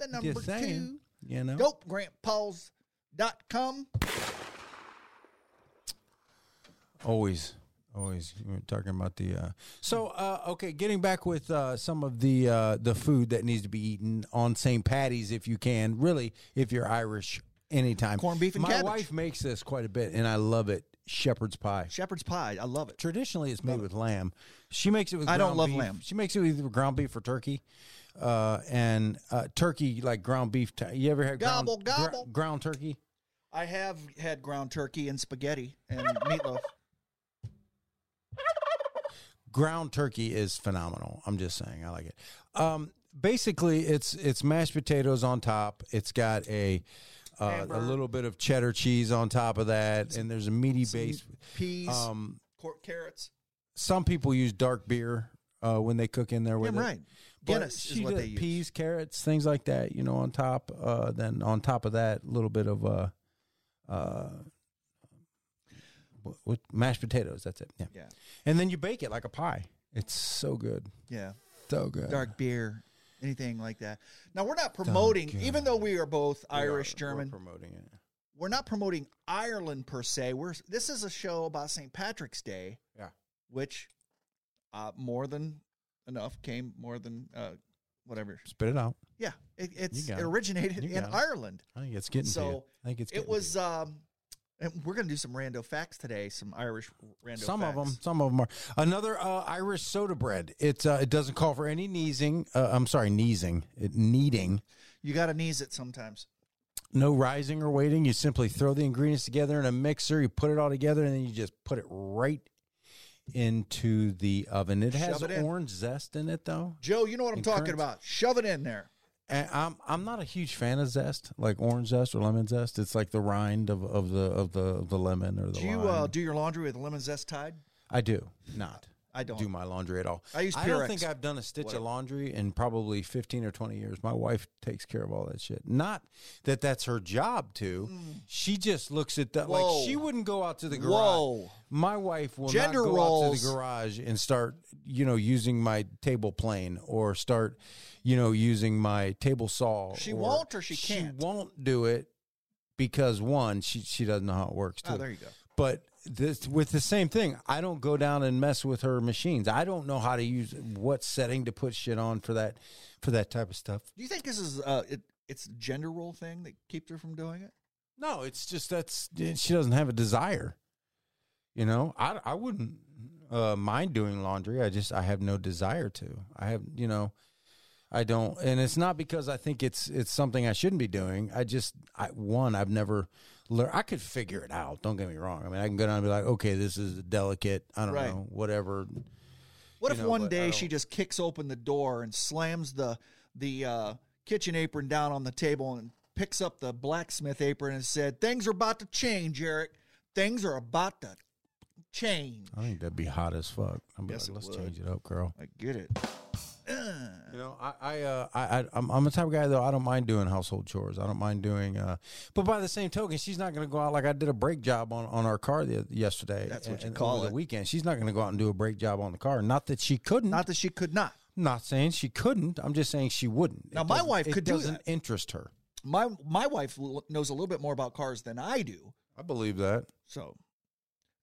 S3: The number
S2: Just
S3: two.
S2: saying, You know?
S3: DopeGrandpas.com.
S2: Always. Always. We were talking about the. Uh, so, uh, okay, getting back with uh, some of the uh, the food that needs to be eaten on St. Patty's if you can. Really, if you're Irish, anytime.
S3: Corned beef and
S2: My
S3: cabbage.
S2: wife makes this quite a bit, and I love it. Shepherd's pie.
S3: Shepherd's Pie. I love it.
S2: Traditionally, it's made with lamb. She makes it with.
S3: I don't
S2: ground
S3: love
S2: beef.
S3: lamb.
S2: She makes it with ground beef or turkey, uh, and uh, turkey like ground beef. T- you ever had ground,
S3: Gobble,
S2: gra-
S3: gobble.
S2: ground turkey?
S3: I have had ground turkey and spaghetti and meatloaf.
S2: ground turkey is phenomenal. I'm just saying, I like it. Um, basically, it's it's mashed potatoes on top. It's got a uh, a little bit of cheddar cheese on top of that, and there's a meaty (laughs) base.
S3: Peas,
S2: Um,
S3: cor- carrots.
S2: some people use dark beer uh, when they cook in there with
S3: Damn
S2: it.
S3: right.
S2: But
S3: Guinness is
S2: she
S3: what
S2: did
S3: they use.
S2: Peas, carrots, things like that. You know, on top. Uh, then on top of that, a little bit of uh, uh, what, what mashed potatoes. That's it. Yeah.
S3: Yeah.
S2: And then you bake it like a pie. It's so good.
S3: Yeah.
S2: So good.
S3: Dark beer. Anything like that. Now, we're not promoting,
S2: God.
S3: even though we are both
S2: We are-
S3: Irish,
S2: we're
S3: German,
S2: promoting it.
S3: we're not promoting Ireland per se. We're this is a show about St. Patrick's Day,
S2: Yeah.
S3: which uh, more than enough came more than uh, whatever.
S2: Spit it out.
S3: Yeah, it, it's
S2: got
S3: it
S2: it.
S3: originated
S2: You
S3: in
S2: got it.
S3: Ireland.
S2: I think it's getting to you.
S3: So
S2: I think it's
S3: It
S2: getting
S3: was.
S2: to
S3: Um, and we're gonna do some rando facts today. Some Irish
S2: you.
S3: rando.
S2: some of them.
S3: facts.
S2: Some of them are another uh, Irish soda bread. It uh, it doesn't call for any kneesing. Uh, I'm sorry, kneesing. It, kneading.
S3: You gotta knees it sometimes.
S2: No rising or waiting. You simply throw the ingredients together in a mixer. You put it all together, and then you just put it right into the oven. It has
S3: Shove it in.
S2: orange zest in it, though.
S3: Joe, you know what I'm talking
S2: Encourage-
S3: about. Shove it in there.
S2: And I'm I'm not a huge fan of zest, like orange zest or lemon zest. It's like the rind of, of the of the of the lemon or the
S3: Do you
S2: lime.
S3: uh, do your laundry with lemon zest tide?
S2: I do not.
S3: I don't.
S2: do my laundry at all.
S3: I use
S2: don't
S3: Purex.
S2: think I've done a stitch
S3: Whatever.
S2: of laundry in probably 15 or 20 years. My wife takes care of all that shit. Not that that's her job to. She just looks at that
S3: Mm. Whoa.
S2: like she wouldn't go out to the garage.
S3: Whoa.
S2: My wife will not
S3: Gender
S2: go out
S3: roles.
S2: to the garage and start, you know, using my table plane or start, you know, using my table saw.
S3: She won't or she can't?
S2: She won't do it because one, she she doesn't know how it works. Too
S3: Oh, there you go.
S2: but this with the same thing i don't go down and mess with her machines i don't know how to use what setting to put shit on for that for that type of stuff
S3: Do you think this is uh, it, it's a gender role thing that keeps her from doing it?
S2: no it's just that's she doesn't have a desire you know i i wouldn't uh mind doing laundry i just i have no desire to i have you know i don't and it's not because i think it's it's something i shouldn't be doing i just i one i've never learned i could figure it out don't get me wrong i mean i can go down and be like okay this is delicate i don't
S3: Right.
S2: know whatever
S3: What
S2: You
S3: if
S2: know,
S3: one
S2: but I
S3: day she
S2: don't-
S3: just kicks open the door and slams the the uh, kitchen apron down on the table and picks up the blacksmith apron and said, "Things are about to change, Eric. Things are about to change."
S2: I think that'd be hot as fuck. I'm like,
S3: Yes, it
S2: let's
S3: would.
S2: change it up, girl.
S3: I get it.
S2: You know, I, I, uh, I, I I'm, I'm the type of guy though. I don't mind doing household chores. I don't mind doing. Uh, but by the same token, she's not going to go out like I did a brake job on, on our car the, yesterday.
S3: That's what you
S2: and
S3: call
S2: over
S3: it.
S2: The weekend, she's not going to go out and do a brake job on the car. Not that she couldn't.
S3: Not that she could not.
S2: not saying she couldn't. I'm just saying she wouldn't. It
S3: Now, my
S2: doesn't-
S3: wife
S2: it
S3: could do
S2: doesn't
S3: that.
S2: interest her.
S3: My my wife l- knows a little bit more about cars than I do,
S2: I believe that.
S3: so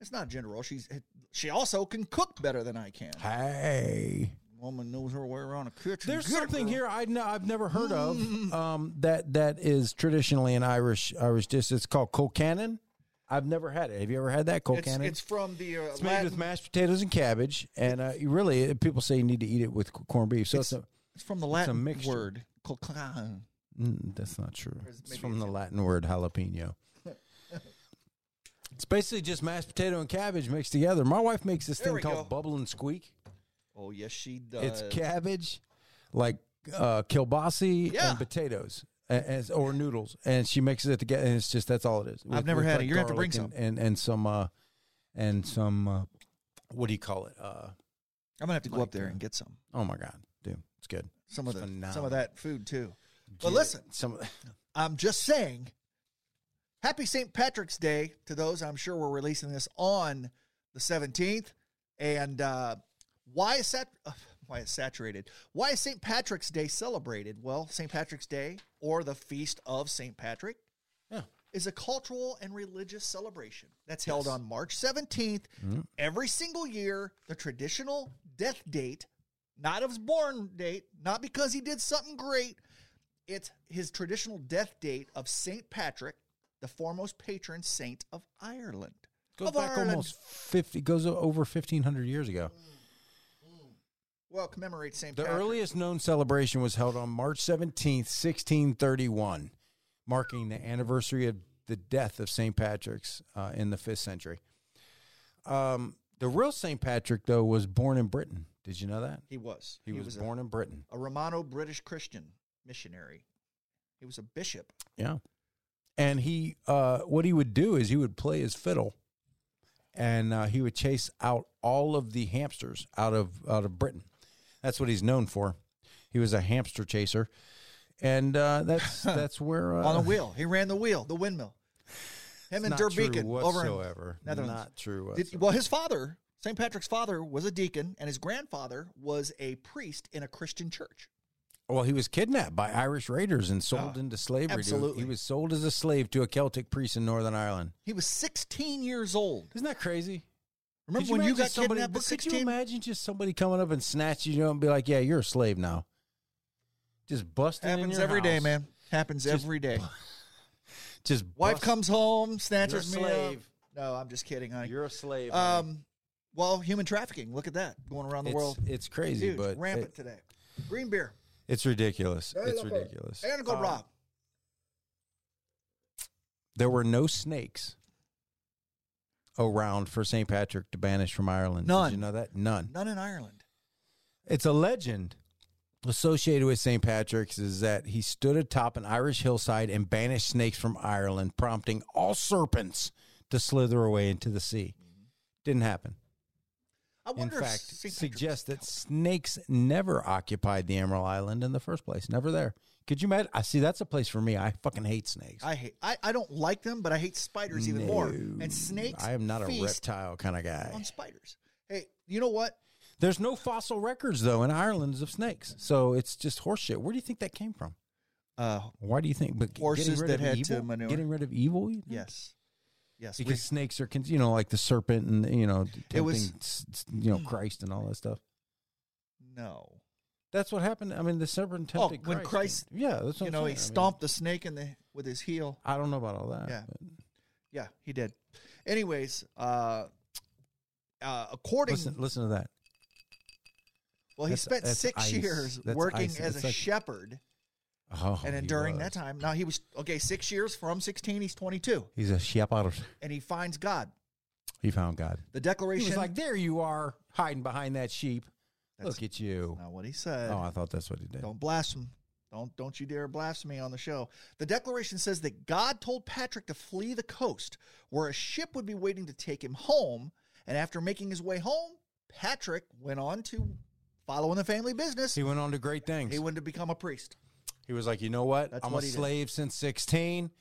S3: it's not gender role. She's she also can cook better than I can.
S2: Hey.
S3: Woman knows her way around a kitchen.
S2: There's
S3: Good
S2: something
S3: girl.
S2: here I know I've never heard
S3: (laughs)
S2: of um, that that is traditionally an Irish Irish dish. It's called colcannon. I've never had it. Have you ever had that
S3: It's,
S2: colcannon?
S3: it's from the uh,
S2: It's made
S3: Latin,
S2: with mashed potatoes and cabbage, and uh, you really uh, people say you need to eat it with c- corned beef. So it's, a,
S3: it's from the Latin
S2: mixture.
S3: word cocaine.
S2: Mm, that's not true.
S3: is
S2: It's
S3: maybe
S2: from
S3: it's
S2: the
S3: in-
S2: Latin word
S3: (laughs)
S2: jalapeno. it's basically just mashed potato and cabbage mixed together. My wife makes this
S3: There we
S2: thing called
S3: go.
S2: bubble and squeak.
S3: Oh yes, she does.
S2: it's cabbage, like uh, kielbasa
S3: Yeah.
S2: and potatoes, a- as, or noodles, and she mixes it together. And it's just that's all it is. With-
S3: never
S2: with,
S3: had it.
S2: like,
S3: You're gonna have to
S2: garlic
S3: bring
S2: and, and and some uh, and some uh, what do you call it? Uh,
S3: I'm gonna have to go
S2: like,
S3: up there
S2: uh,
S3: and get some
S2: oh my god, dude, it's good.
S3: some of the
S2: it's
S3: some
S2: phenomenal.
S3: of that food too.
S2: Get
S3: But listen,
S2: it. some
S3: I'm just saying. Happy St. Patrick's Day to those. I'm sure we're releasing this on the 17th. And uh, why is sat- uh, why is saturated? Why is St. Patrick's Day celebrated? Well, St. Patrick's Day or the feast of St. Patrick
S2: Yeah.
S3: is a cultural and religious celebration that's held on March 17th every single year, the traditional death date, not of his born date, not because he did something great. It's his traditional death date of St. Patrick, the foremost patron saint of Ireland.
S2: goes
S3: of
S2: back
S3: Ireland.
S2: almost fifty, goes over fifteen hundred years ago.
S3: Well, commemorates St.
S2: The
S3: Patrick.
S2: earliest known celebration was held on March 17th, 1631, marking the anniversary of the death of St. Patrick's uh, in the 5th century. Um, the real St. Patrick, though, was born in Britain. Did you know that?
S3: he was.
S2: He, was, born in Britain.
S3: a, a Romano British Christian missionary. He was a bishop.
S2: Yeah. And he, uh, what he would do is he would play his fiddle, and uh, he would chase out all of the hamsters out of out of Britain. That's what he's known for. He was a hamster chaser, and uh,
S3: (laughs)
S2: that's that's where uh,
S3: on the wheel. He ran the wheel, the windmill. Him and
S2: not
S3: Der
S2: true
S3: Beacon over in
S2: whatsoever.
S3: Netherlands.
S2: Not true.
S3: Did-
S2: Whatsoever.
S3: well, his father, St. Patrick's father, was a deacon, and his grandfather was a priest in a Christian church.
S2: Well, he was kidnapped by Irish raiders and sold
S3: Ah,
S2: into slavery. dude.
S3: absolutely.
S2: he was sold as a slave to a Celtic priest in Northern Ireland.
S3: He was 16 years old.
S2: Isn't that crazy?
S3: Remember
S2: Could
S3: when you
S2: imagine
S3: got
S2: somebody,
S3: kidnapped
S2: but
S3: at
S2: Could you
S3: 16?
S2: imagine just somebody coming up and snatching you up and be like, "Yeah, you're a slave now." Just busting in
S3: Happens
S2: your
S3: every day,
S2: house.
S3: man. Happens
S2: Just
S3: every day.
S2: Just
S3: Wife
S2: bust-
S3: comes home, snatches
S2: You're a
S3: me up.
S2: slave.
S3: No, I'm just kidding. I,
S2: You're a slave. honey.
S3: um, well, human trafficking. Look at that going around the
S2: it's,
S3: world.
S2: it's crazy,
S3: Huge,
S2: but
S3: rampant
S2: it-
S3: today. Green beer.
S2: it's ridiculous.
S3: Very
S2: It's
S3: local.
S2: ridiculous.
S3: And go
S2: Um,
S3: Rob.
S2: There were no snakes around for St. Patrick to banish from Ireland. Did you
S3: None.
S2: know that? None.
S3: None in Ireland.
S2: It's a legend associated with St. Patrick's is that he stood atop an Irish hillside and banished snakes from Ireland, prompting all serpents to slither away into the sea. Didn't happen.
S3: I
S2: in
S3: wonder if
S2: fact,
S3: St. Patrick
S2: suggests that snakes never occupied the Emerald Island in the first place. Never there. Could you imagine? I see. That's a place for me. I fucking hate snakes.
S3: I hate. I, I don't like them, but I hate spiders even more. And snakes.
S2: I am not a
S3: feast
S2: reptile kind of guy.
S3: on spiders. Hey, you know what?
S2: There's no fossil records though in Ireland of snakes, so it's just horseshit. Where do you think that came from?
S3: Uh,
S2: Why do you think? But g- getting
S3: Horses
S2: rid
S3: that
S2: of
S3: had to
S2: evil,
S3: manure.
S2: getting rid of evil. you think?
S3: yes, yes. we-
S2: because snakes are, con- you know, like the serpent and you know, tempting,
S3: was-
S2: s- s- you know, Christ and all that stuff.
S3: no,
S2: That's what happened. I mean, the serpent
S3: Oh,
S2: tempted
S3: when Christ,
S2: and- yeah, that's what
S3: you
S2: I'm
S3: know,
S2: saying. I mean,
S3: he stomped the snake in the with his heel.
S2: I don't know about all that.
S3: Yeah.
S2: but
S3: Yeah, he did. Anyways, uh, uh, according
S2: listen, listen to that.
S3: well, he
S2: that's-
S3: spent
S2: that's
S3: six
S2: ice.
S3: years
S2: That's
S3: working
S2: ice.
S3: as
S2: It's
S3: a
S2: like-
S3: shepherd,
S2: Oh,
S3: and then
S2: he
S3: during
S2: was.
S3: that time, now he was okay. Six years from sixteen, he's twenty-two,
S2: he's a shepherd.
S3: and he finds God.
S2: He found God.
S3: The
S2: He
S3: Declaration.
S2: was like, "There you are, hiding behind that sheep.
S3: That's-
S2: Look at you."
S3: not what he said.
S2: Oh, I thought that's what he did.
S3: Don't blaspheme. Don't don't you dare blaspheme on the show. The declaration says that God told Patrick to flee the coast where a ship would be waiting to take him home, and after making his way home, Patrick went on to follow in the family business.
S2: He went on to great things.
S3: He went to become a priest.
S2: He was like, you know what?
S3: That's
S2: I'm
S3: what
S2: a
S3: he did.
S2: slave since 16.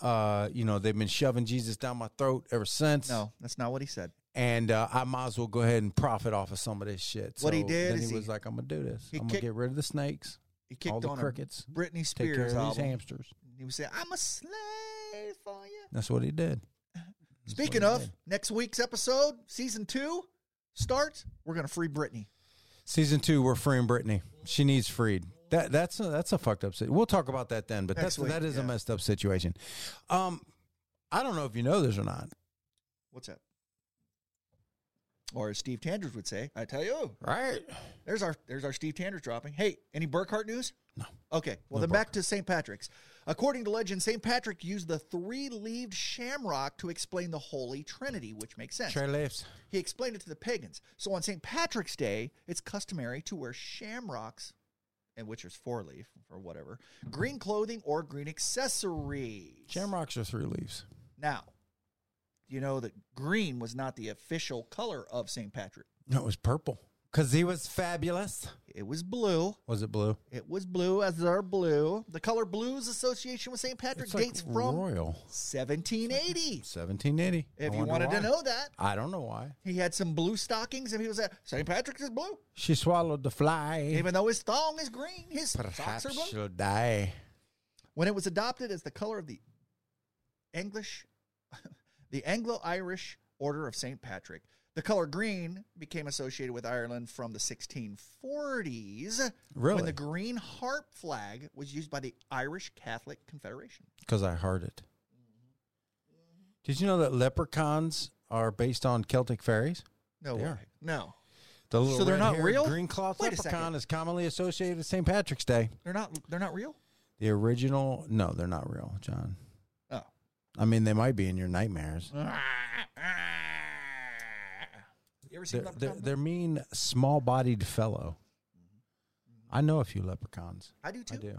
S2: Uh, you know, they've been shoving Jesus down my throat ever since.
S3: No, that's not what he said.
S2: And uh, I might as well go ahead and profit off of some of this shit.
S3: What he
S2: So
S3: did
S2: then
S3: is
S2: he
S3: he-
S2: was like, I'm going to do this.
S3: he
S2: I'm going
S3: kicked-
S2: to get rid of the snakes,
S3: He kicked
S2: all the
S3: on
S2: crickets,
S3: a Britney
S2: take care
S3: Spears
S2: of these
S3: album.
S2: hamsters.
S3: He was saying, "I'm a slave for you."
S2: That's what he did.
S3: Speaking
S2: what
S3: of
S2: he did.
S3: next week's episode, season two starts. We're gonna free Britney.
S2: Season two, we're freeing Brittany. She needs freed. That that's a, that's a fucked up. Situation. We'll talk about that then. But
S3: Next
S2: that's that
S3: week,
S2: is a
S3: yeah.
S2: messed up situation. Um, I don't know if you know this or not.
S3: What's up? Or as Steve Tandridge would say, I tell you, oh,
S2: Right?
S3: there's our there's our Steve Tandridge dropping. Hey, any Burkhart news?
S2: No.
S3: Okay, well
S2: No
S3: then back to St. Patrick's. According to legend, St. Patrick used the three-leaved shamrock to explain the Holy Trinity, which makes sense.
S2: Trey Leafs.
S3: he explained it to the pagans. So on St. Patrick's Day, it's customary to wear shamrocks, and which is four-leaf or whatever, green clothing or green accessories.
S2: Shamrocks are three leaves.
S3: Now, you know that green was not the official color of St. Patrick.
S2: No, it was purple. Because he was fabulous.
S3: It was blue.
S2: Was it blue?
S3: It was blue as their blue. The color blue's association with St. Patrick
S2: It's like
S3: dates from
S2: Royal.
S3: 1780.
S2: 1780. I
S3: If you
S2: wonder
S3: wanted
S2: why.
S3: to know that,
S2: I don't know why.
S3: he had some blue stockings and he was at St. Patrick's is blue.
S2: She swallowed the fly.
S3: Even though his thong is green, his socks are
S2: Perhaps
S3: blue.
S2: she'll die.
S3: When it was adopted as the color of the English, (laughs) the Anglo Irish Order of St. Patrick, the color green became associated with Ireland from the 1640s
S2: Really?
S3: when the green harp flag was used by the Irish Catholic Confederation.
S2: Because I heard it. Did you know that leprechauns are based on Celtic fairies?
S3: No
S2: They
S3: way.
S2: are.
S3: No.
S2: The little
S3: So they're not
S2: red-haired
S3: real?
S2: Green cloth
S3: Wait a
S2: leprechaun
S3: second.
S2: is commonly associated with St. Patrick's Day.
S3: They're not they're not real?
S2: The original, no, they're not real, John.
S3: Oh.
S2: I mean, they might be in your nightmares.
S3: You ever seen
S2: They're,
S3: that?
S2: they're, they're mean, small bodied fellow. I know a few leprechauns.
S3: I do too.
S2: I do.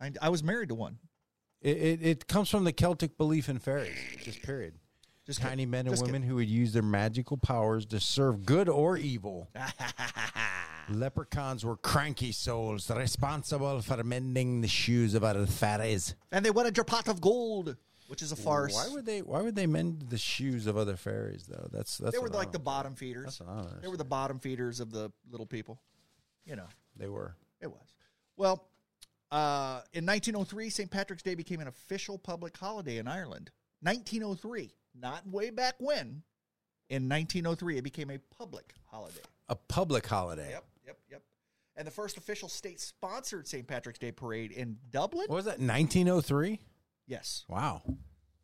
S3: I, I was married to one.
S2: It, it, it comes from the Celtic belief in fairies, just period.
S3: Just
S2: Tiny
S3: kidding.
S2: men and
S3: Just
S2: women who would use their magical powers to serve good or
S3: (laughs)
S2: evil. Leprechauns were cranky souls responsible for mending the shoes of our fairies.
S3: kidding. And they wanted your pot of gold, which is a farce.
S2: Why would they? Why would they mend the shoes of other fairies though? That's that's
S3: they were
S2: what I
S3: like the
S2: don't-
S3: bottom feeders.
S2: That's what I don't
S3: They were the bottom feeders of the little people. You know,
S2: They were.
S3: it was. Well, uh, in 1903, St. Patrick's Day became an official public holiday in Ireland. 1903, not way back when. In 1903, it became a public holiday.
S2: A public holiday.
S3: Yep, yep, yep. And the first official state sponsored St. Patrick's Day parade in Dublin?
S2: What was that? 1903.
S3: Yes,
S2: Wow.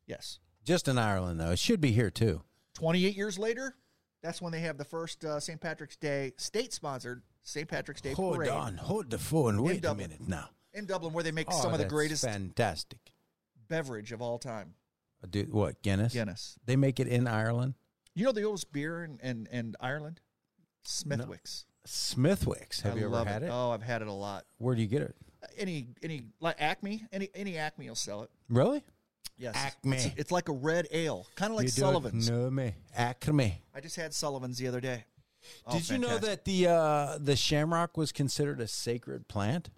S3: yes.
S2: Just in Ireland though. It should be here too.
S3: 28 years later, that's when they have the first uh, St. Patrick's Day state sponsored St. Patrick's Day
S2: hold
S3: parade
S2: on. Hold the phone. Wait a
S3: Dublin.
S2: minute now.
S3: in Dublin where they make
S2: Oh,
S3: some of the
S2: that's
S3: greatest
S2: Fantastic.
S3: beverage of all time
S2: Uh, Do what? Guinness.
S3: Guinness.
S2: They make it in Ireland.
S3: You know the oldest beer in, in, in Ireland? Smithwick's.
S2: Smithwick's. Have
S3: I
S2: you ever
S3: love
S2: had it?
S3: Oh, I've had it a lot.
S2: Where do you get it?
S3: Any any like Acme, any any Acme will sell it.
S2: Really?
S3: Yes.
S2: Acme.
S3: It's, it's like a red ale, kind of like
S2: You do it-
S3: Sullivan's.
S2: No, me. Acme.
S3: I just had Sullivan's the other day. Oh,
S2: Did you know that
S3: fantastic.
S2: the uh, the shamrock was considered a sacred plant?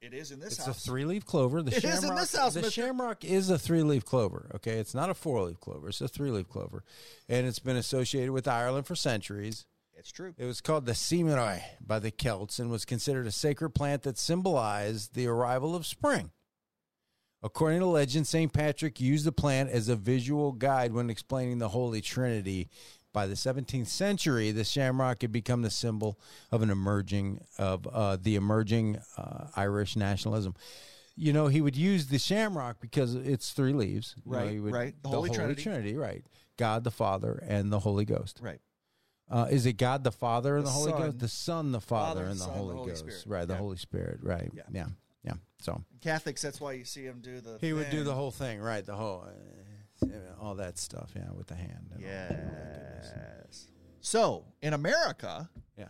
S3: it is in this
S2: It's a
S3: house?
S2: three leaf clover. The
S3: (laughs) It
S2: shamrock,
S3: is in this house,
S2: The
S3: mister.
S2: shamrock is a three leaf clover. Okay, it's not a four leaf clover. It's a three leaf clover, and it's been associated with Ireland for centuries.
S3: it's true.
S2: It was called the Seamanoi by the Celts and was considered a sacred plant that symbolized the arrival of spring. According to legend, St. Patrick used the plant as a visual guide when explaining the Holy Trinity. By the 17th century, the shamrock had become the symbol of an emerging of uh, the emerging uh, Irish nationalism. You know, he would use the shamrock because it's three leaves. You know,
S3: Right,
S2: he
S3: right. The Holy Trinity.
S2: Trinity, right? God the Father and the Holy Ghost.
S3: Right.
S2: Uh, is it God the Father and the,
S3: The
S2: Holy
S3: Son.
S2: Ghost? The Son, the Father, and the
S3: Son,
S2: Holy, Ghost.
S3: Spirit.
S2: Right, the
S3: Yeah.
S2: Holy Spirit. Right. Yeah.
S3: Yeah.
S2: yeah. So
S3: Catholics, that's why you see him do the.
S2: he would do
S3: thing.
S2: the whole thing, right? The whole, uh, all that stuff. Yeah, with the hand. and all that.
S3: Yes. So in America,
S2: Yeah.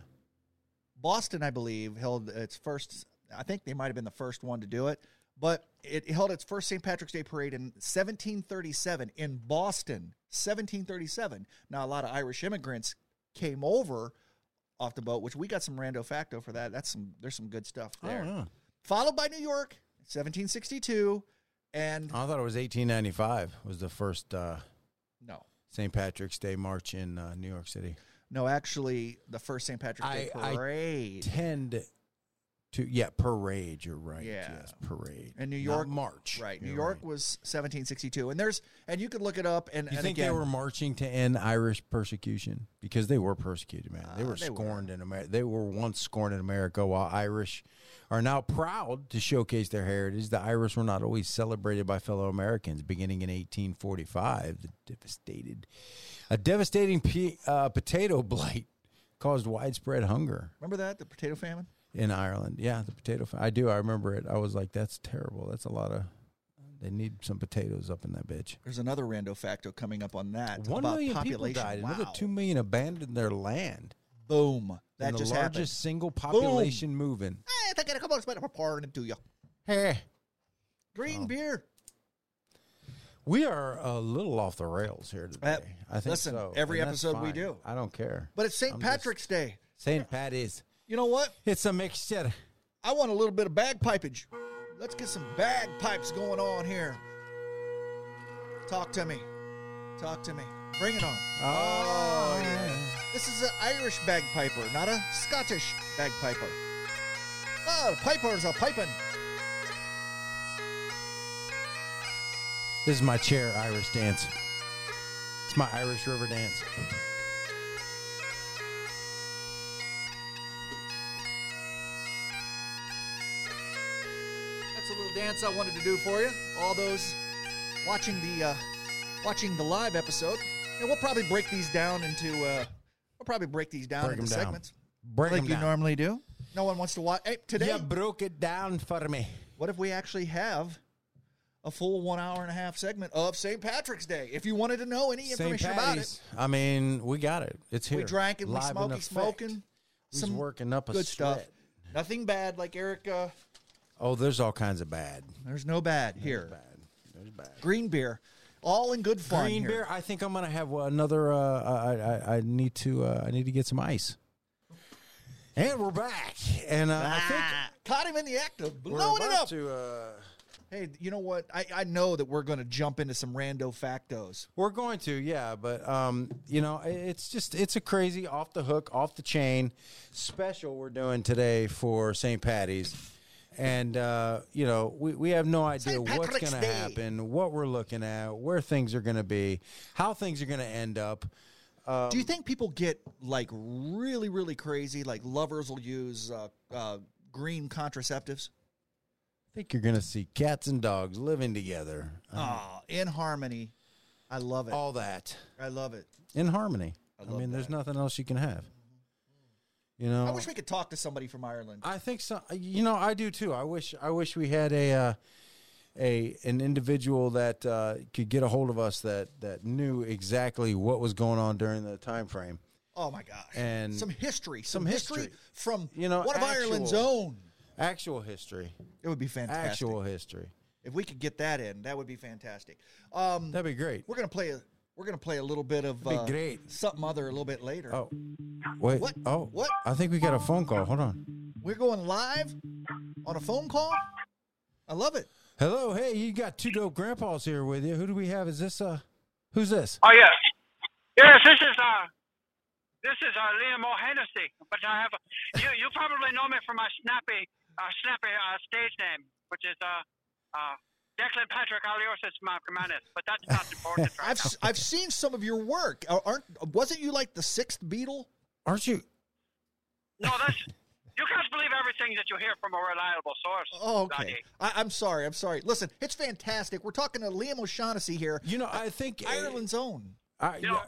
S3: Boston, I believe, held its first. I think they might have been the first one to do it, but it held its first St. Patrick's Day parade in 1737 in Boston. 1737. Now a lot of Irish immigrants came over off the boat, which we got some rando facto for that. That's some. There's some good stuff
S2: I
S3: there.
S2: don't know.
S3: Followed by New York, 1762, and
S2: I thought it was 1895 was the first uh,
S3: no,
S2: St. Patrick's Day march in uh, New York City.
S3: no, actually, the first St. Patrick's Day
S2: I- I
S3: parade.
S2: Tend to yeah, parade. You're right.
S3: Yeah.
S2: Yes, parade.
S3: And New
S2: Not
S3: York-
S2: march.
S3: Right. New
S2: You're
S3: York
S2: right.
S3: was 1762, and there's and you could look it up. And
S2: You
S3: and
S2: think
S3: again,
S2: they were marching to end Irish persecution because they were persecuted, man. They
S3: Uh,
S2: were
S3: they were.
S2: scorned in America. They were once scorned in America, while Irish are now proud to showcase their heritage. The Irish were not always celebrated by fellow Americans. Beginning in 1845, the devastated a devastating pe- uh, potato (laughs) blight caused widespread hunger
S3: remember that the potato famine.
S2: in Ireland. Yeah, the potato. fa- I do. I remember it. I was like, "That's terrible. That's a lot of." They need some potatoes up in that bitch.
S3: There's another rando facto coming up on that.
S2: One
S3: about
S2: million
S3: population.
S2: people died.
S3: Wow.
S2: Another two million abandoned their land.
S3: Boom. That
S2: in the
S3: just
S2: largest
S3: happened.
S2: single population moving.
S3: Hey, I think I come on, spider pouring into you.
S2: Hey, Oh.
S3: Green beer.
S2: we are a little off the rails here today.
S3: Uh,
S2: I think
S3: listen,
S2: so,
S3: every
S2: and that's
S3: episode we
S2: fine.
S3: do.
S2: I don't care.
S3: But it's St.
S2: I'm just-
S3: Patrick's Day.
S2: Saint Pat is.
S3: You know what?
S2: It's a mixture.
S3: I want a little bit of bagpipage. Let's get some bagpipes going on here. Talk to me. Talk to me. Bring it on.
S2: Oh, yeah.
S3: This is an Irish bagpiper, not a Scottish bagpiper. Oh, the pipers are piping.
S2: This is my chair Irish dance. It's my Irish river dance.
S3: That's a little dance I wanted to do for you. All those watching the uh, watching the live episode, and we'll probably break these down into uh, we'll probably break these down
S2: Break 'em
S3: into
S2: down.
S3: segments
S2: Break
S3: like
S2: 'em
S3: you
S2: down.
S3: normally do. No one wants to watch. Hey, today,
S2: You broke it down for me.
S3: what if we actually have a full one hour and a half segment of St. Patrick's Day? If you wanted to know any
S2: St.
S3: information about it,
S2: Patty's. I mean, we got it. It's here.
S3: we drank and we
S2: Live in
S3: smoky
S2: effect.
S3: smoking.
S2: He's
S3: some
S2: working up a
S3: good stuff.
S2: sweat.
S3: Nothing bad like Erica.
S2: Oh, there's all kinds of bad.
S3: There's no bad here.
S2: Bad. There's bad.
S3: Green beer, all in good fun.
S2: Green
S3: here.
S2: beer. I think I'm gonna have another. Uh, I, I I need to. Uh, I need to get some ice. And we're back. And uh, I think
S3: Ah, caught him in the act of
S2: we're
S3: blowing it
S2: about
S3: up.
S2: to, uh,
S3: Hey, you know what? I, I know that we're going to jump into some rando factos.
S2: we're going to, yeah. But um, you know, i- it's just it's a crazy off the hook, off the chain special we're doing today for St. Patty's. And uh, you know we, we have no idea
S3: St.
S2: what's
S3: Patrick's
S2: going to
S3: Day.
S2: happen, what we're looking at, where things are going to be, how things are going to end up.
S3: Do you think people get like really, really crazy? Like lovers will use uh, uh, green contraceptives
S2: I think you're going to see cats and dogs living together, uh,
S3: Ah, in harmony. I love it.
S2: all that.
S3: I love it.
S2: in harmony. I,
S3: love
S2: mean, there's
S3: that.
S2: nothing else you can have. You know,
S3: I wish we could talk to somebody from Ireland.
S2: I think so. You know, I do too. I wish, I wish we had a, uh, a an individual that uh, could get a hold of us that that knew exactly what was going on during the time frame.
S3: Oh my gosh!
S2: And-
S3: some history, some,
S2: some
S3: history,
S2: history.
S3: from
S2: You know,
S3: one of Ireland's
S2: actual-
S3: own.
S2: Actual history,
S3: It would be fantastic.
S2: actual history.
S3: If we could get that in, that would be fantastic. Um,
S2: That'd be great.
S3: we're gonna play a we're gonna play a little bit of
S2: be
S3: uh,
S2: great.
S3: something other a little bit later.
S2: Oh, wait.
S3: What?
S2: Oh,
S3: What?
S2: I think we got a phone call. Hold on.
S3: We're going live on a phone call. I love it.
S2: Hello. Hey, you got two dope grandpas here with you. Who do we have? Is this uh, who's this?
S5: Oh yes, yes. This is uh, this is uh, Liam O'Hennessy. But I have you. You probably know me from my snappy, uh, snappy uh, stage name, which is uh, uh, Declan Patrick Aliosis Marcomanis. But that's not
S3: (laughs)
S5: important. Right
S3: I've
S5: now.
S3: s- I've seen some of your work. Are- Aren't wasn't you like the sixth Beatle?
S2: Aren't you?
S5: No, that's you can't believe everything that you hear from a reliable source.
S3: Oh, okay.
S5: Dougie.
S3: I, I'm sorry. I'm sorry. Listen, it's fantastic. We're talking to Liam O'Shaughnessy here,
S2: You know, I think uh,
S3: Ireland's own.
S2: I,
S5: You know-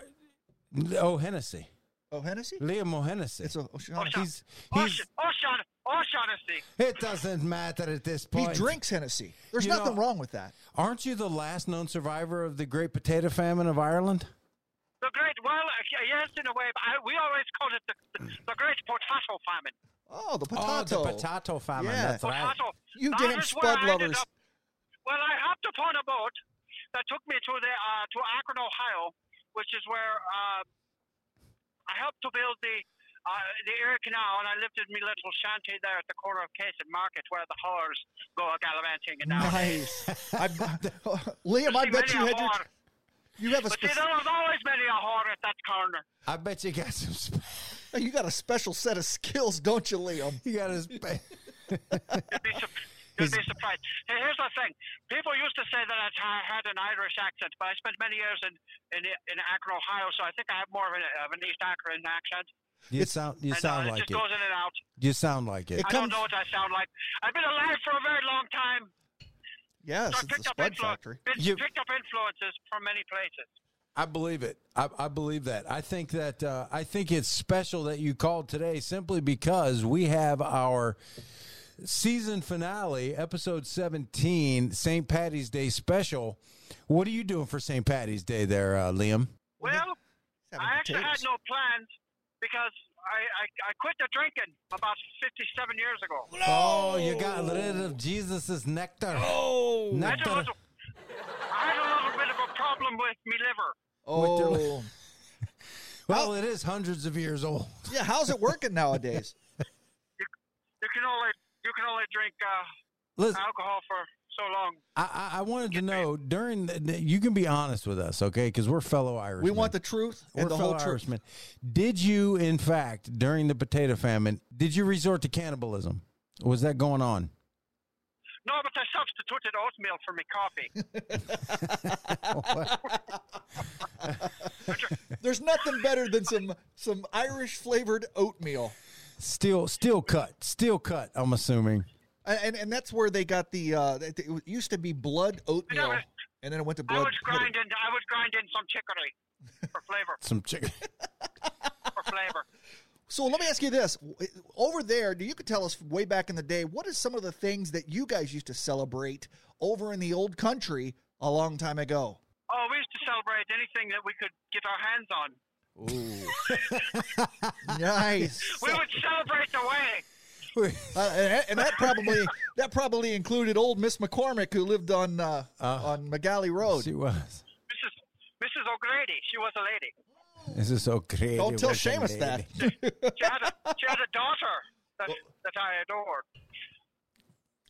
S2: O'Hennessy,
S3: O'Hennessy?
S2: Liam O'Hennessy.
S3: It's o- O'Shaughnessy.
S5: O'Sha-
S2: he's he's.
S5: O'Sha- O'Sha- O'Shaughnessy.
S2: It doesn't matter at this
S3: He
S2: point.
S3: drinks Hennessy. There's
S2: You
S3: nothing
S2: know-
S3: wrong with that.
S2: Aren't you the last known survivor of the Great Potato Famine of Ireland?
S5: The great, well, uh, yes, in a way, but I, we always called it the, the, the great potato famine.
S3: Oh, the
S2: Oh,
S3: potato.
S2: the potato famine. That's
S3: Yeah.
S2: right.
S5: Potato.
S3: You
S5: That
S3: damn
S5: is where
S3: spud
S5: I ended
S3: lovers.
S5: up. Well, I hopped upon a boat that took me to the uh, to Akron, Ohio, which is where uh, I helped to build the uh, the Erie Canal, and I lived in my little shanty there at the corner of Case and Market, where the whores go gallivanting and
S2: (laughs)
S5: down.
S3: Nice. I, (laughs) Liam, I bet you had your. (laughs) You have a
S5: But see,
S3: spec-
S5: there was always many a whore at that corner.
S2: I bet you got some. Sp- (laughs)
S3: (laughs) you got a special set of skills, don't you, Liam?
S2: you got a.
S3: (laughs)
S2: Sp-
S5: You'd be, sup- you'd be surprised. Hey, here's the thing. People used to say that I t- had an Irish accent, but I spent many years in, in, in Akron, Ohio, so I think I have more of an, of an East Akron accent.
S2: you sound. You
S5: and, uh,
S2: sound
S5: it
S2: like
S5: just
S2: it.
S5: goes in and out.
S2: You sound like it.
S3: It
S5: I don't know what I sound like. I've been alive for a very long time,
S3: Yes,
S5: so
S3: it's a
S5: I picked up,
S3: spud
S5: influ-
S3: factory.
S5: been-
S2: You-
S5: picked up influences from many places.
S2: I believe it. I, I believe that. I think that uh, I think it's special that you called today simply because we have our season finale, episode seventeen, St. Patty's Day special. What are you doing for St. Patty's Day, there, uh, Liam?
S5: Well,
S3: He's having
S5: I actually had
S3: potatoes.
S5: no plans because I, I, I quit the drinking about 57 years ago.
S2: Oh, you got rid of Jesus's nectar.
S4: Oh.
S5: I had, a
S2: nectar.
S5: little, I had a little bit of a problem with me liver.
S3: Oh,
S2: Well, it is hundreds of years old.
S3: (laughs) yeah. How's it
S2: (laughs)
S3: working nowadays?
S5: You can only you can only drink uh,
S2: Listen,
S5: alcohol for so long.
S2: I, I, I wanted to know during the, you can be honest with us, okay? Because we're fellow Irishmen.
S3: We want the truth
S2: We're
S3: and the whole
S2: fellow
S3: truth.
S2: Irishmen. Did you, in fact, during the potato famine, did you resort to cannibalism? Was that going on?
S5: No, but I substituted oatmeal for my
S2: (laughs)
S5: coffee.
S3: There's nothing better than some some Irish flavored oatmeal,
S2: Steel, steel cut, steel cut. I'm assuming.
S3: and and, and that's where they got the. Uh, it it used to be blood oatmeal,
S5: but-
S3: and then it went to
S5: I
S3: blood.
S5: was grinding I was grinding some chicory for flavor
S2: Some chicken.
S5: for flavor.
S3: So let me ask you this: eh, over there, you could tell us way back in the day what is some of the things that you guys used to celebrate over in the old country a long time
S2: (laughs)
S3: ago?
S5: Oh, we used to celebrate anything that we could get our hands on.
S3: Nice,
S5: We would celebrate the way.
S3: Uh, and, and that probably that probably included old Miss McCormick who lived on uh,
S2: Uh-huh.
S3: on McGalley Road.
S2: (laughs) she was.
S5: Mrs. Mrs. O'Grady, she was a lady.
S2: This is so great.
S3: Don't
S2: It
S3: tell
S2: was a
S3: Seamus that.
S2: lady. (laughs)
S5: She had a she had a daughter that that I adored.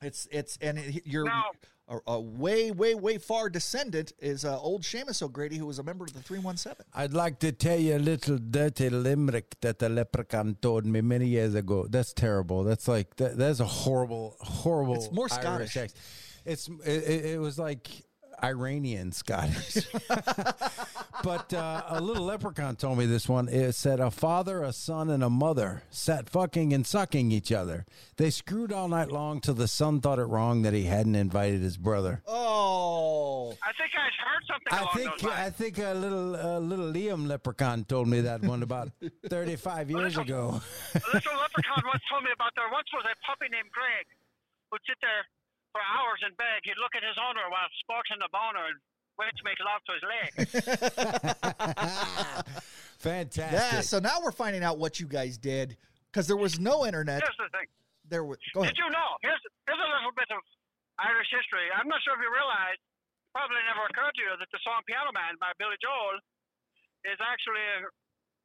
S3: It's it's and it, you're
S5: No.
S3: a, a way way way far descendant is uh, old Seamus O'Grady who was a member of the three one seven.
S2: I'd like to tell you a little dirty limerick that the leprechaun told me many years ago. That's terrible. That's like that, that's a horrible, horrible.
S3: It's more
S2: Irish
S3: Scottish.
S2: accent. It's it, it- it was like Iranian Scottish. (laughs) but uh, a little leprechaun told me this one. It said a father, a son, and a mother sat fucking and sucking each other. They screwed all night long till the son thought it wrong that he hadn't invited his brother.
S3: Oh,
S5: I think I heard something
S2: I
S5: along
S2: think
S5: those lines.
S2: I think a little uh, little Liam Leprechaun told me that one
S5: (laughs)
S2: about thirty five years ago.
S5: A little leprechaun once told me about there once was a puppy named Greg who'd sit there for hours and beg. He'd look at his owner while sporting a boner and wait to make love to his
S2: (laughs)
S5: leg.
S2: Fantastic.
S3: yeah. So now we're finding out what you guys did because there was no internet.
S5: Here's the thing.
S3: There was. Go ahead.
S5: Did you know? Here's, here's a little bit of Irish history. I'm not sure if you realize, probably never occurred to you, that the song Piano Man by Billy Joel is actually a,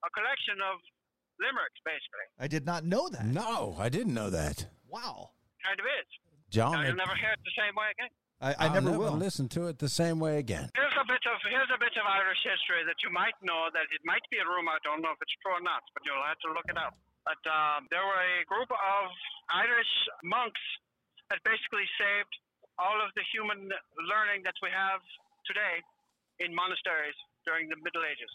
S5: a collection of limericks, basically.
S3: I did not know that.
S2: No, I didn't know that.
S3: Wow.
S5: Kind of is.
S2: John,
S3: Oh,
S5: Now, you'll never hear it the same way again.
S3: I, I
S2: I'll
S3: never, will.
S2: listen to it the same way again.
S5: Here's a bit of here's a bit of Irish history that you might know that it might be a rumor. I don't know if it's true or not, but you'll have to look it up. But um, there were a group of Irish monks that basically saved all of the human learning that we have today in monasteries during the Middle Ages.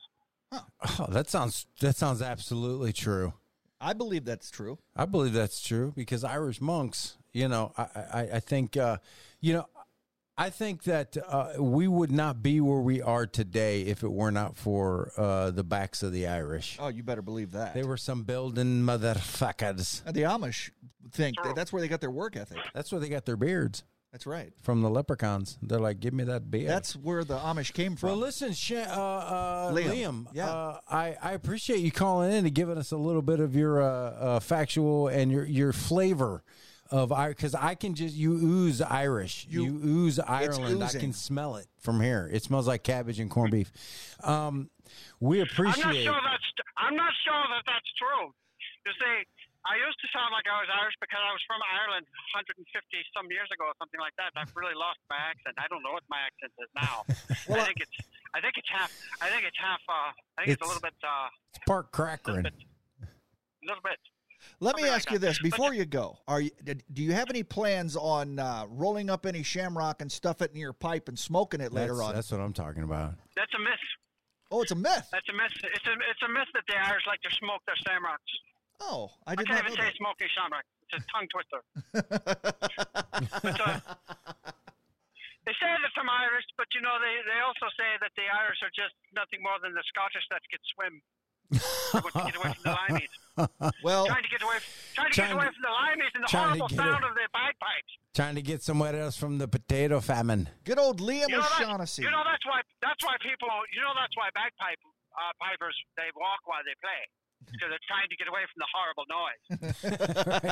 S2: Oh, that sounds that sounds absolutely true.
S3: I believe that's true.
S2: I believe that's true because Irish monks, you know, I I, I think, uh, you know, I think that uh, we would not be where we are today if it were not for uh, the backs of the Irish.
S3: Oh, you better believe that.
S2: They were some building motherfuckers.
S3: Uh, the Amish think that's where they got their work ethic.
S2: That's where they got their beards
S3: That's right.
S2: from the leprechauns. They're like, give me that beard.
S3: That's where the Amish came from.
S2: Well, listen, Sha uh, uh, Liam.
S3: Liam, yeah.
S2: uh, I I appreciate you calling in and giving us a little bit of your uh, uh, factual and your your flavor of because I can just you ooze Irish, you, ooze Ireland. I
S3: oozing.
S2: can smell it from here. It smells like cabbage and corned beef. Um, we
S5: I'm not
S2: appreciate.
S5: sure that's I'm not sure that that's true. You see, I used to sound like I was Irish because I was from Ireland 150 some years ago or something like that. I've really lost my accent. I don't know what my accent is now. I think it's I think it's half I think it's half uh, I think it's,
S2: It's-
S5: a little bit uh,
S2: It's Park Crackering.
S5: a little bit.
S3: Let me
S5: something like
S3: ask you this
S5: that.
S3: before you go: Are you, did- do you have any plans on uh, rolling up any shamrock and stuff it in your pipe and smoking it
S2: That's,
S3: later on?
S2: that's what I'm talking about.
S5: That's a myth.
S3: Oh, it's a myth.
S5: That's a myth. It's a it's a myth that the Irish like to smoke their shamrocks.
S3: Oh, I
S5: I
S3: did not
S5: can't even
S3: know
S5: say
S3: that.
S5: smoking shamrock. It's a tongue
S2: (laughs)
S5: twister. But, uh, they say that from Irish, but you know they, they also say that the Irish are just nothing more than the Scottish that can swim. They want to get away from the
S2: (laughs)
S5: limeys.
S3: Well,
S5: Trying to get away, trying to
S2: Trying
S5: get away
S2: to-
S5: from the limeys and the
S2: trying to
S5: horrible
S2: get
S5: sound
S2: away.
S5: of their bagpipes.
S2: Trying to get somewhere else from the potato famine.
S3: good old Liam
S5: You know, that,
S3: O'Shaughnessy.
S5: you know that's why that's why people you know that's why bagpipe uh, pipers they walk while they play because they're trying to get away from the horrible noise.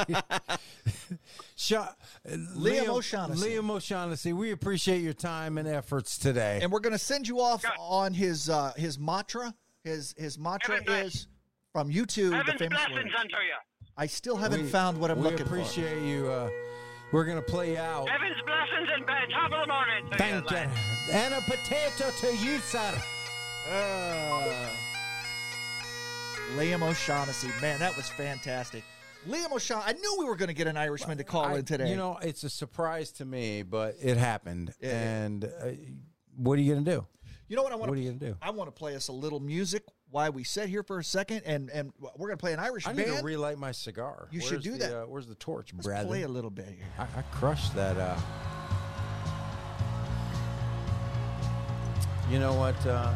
S2: Sha-
S3: Liam O'Shaughnessy.
S2: Liam O'Shaughnessy, we appreciate your time and efforts today.
S3: and we're going to send you off
S5: God.
S3: on his uh, his mantra. His his mantra
S5: Heaven bless-
S3: is from you two, the
S5: Heaven's
S3: famous
S5: blessings
S3: word.
S5: unto you.
S3: I still haven't found what I'm
S2: we
S3: looking for.
S2: appreciate you. Uh, we're gonna play out.
S5: Heaven's blessings and bad top of the morning. to you,
S2: Thank you.
S5: lad.
S2: And a potato to you, sir.
S3: Uh, Liam O'Shaughnessy, man, that was fantastic. Liam O'Shaughnessy, I knew we were going to get an Irishman to call
S2: I-
S3: in today.
S2: You know, it's a surprise to me, but it happened.
S3: Yeah, yeah.
S2: and uh, what are you gonna do?
S3: You know what I want?
S2: What are you gonna do?
S3: I want to play us a little music while we sit here for a second, and and we're going to play an Irish
S2: I need
S3: band.
S2: to relight my cigar.
S3: You should
S2: Where's
S3: do
S2: the,
S3: that.
S2: Uh, where's the torch,
S3: Let's
S2: Brad?
S3: play a little bit here.
S2: I, I crushed that. Uh, you know what? Uh,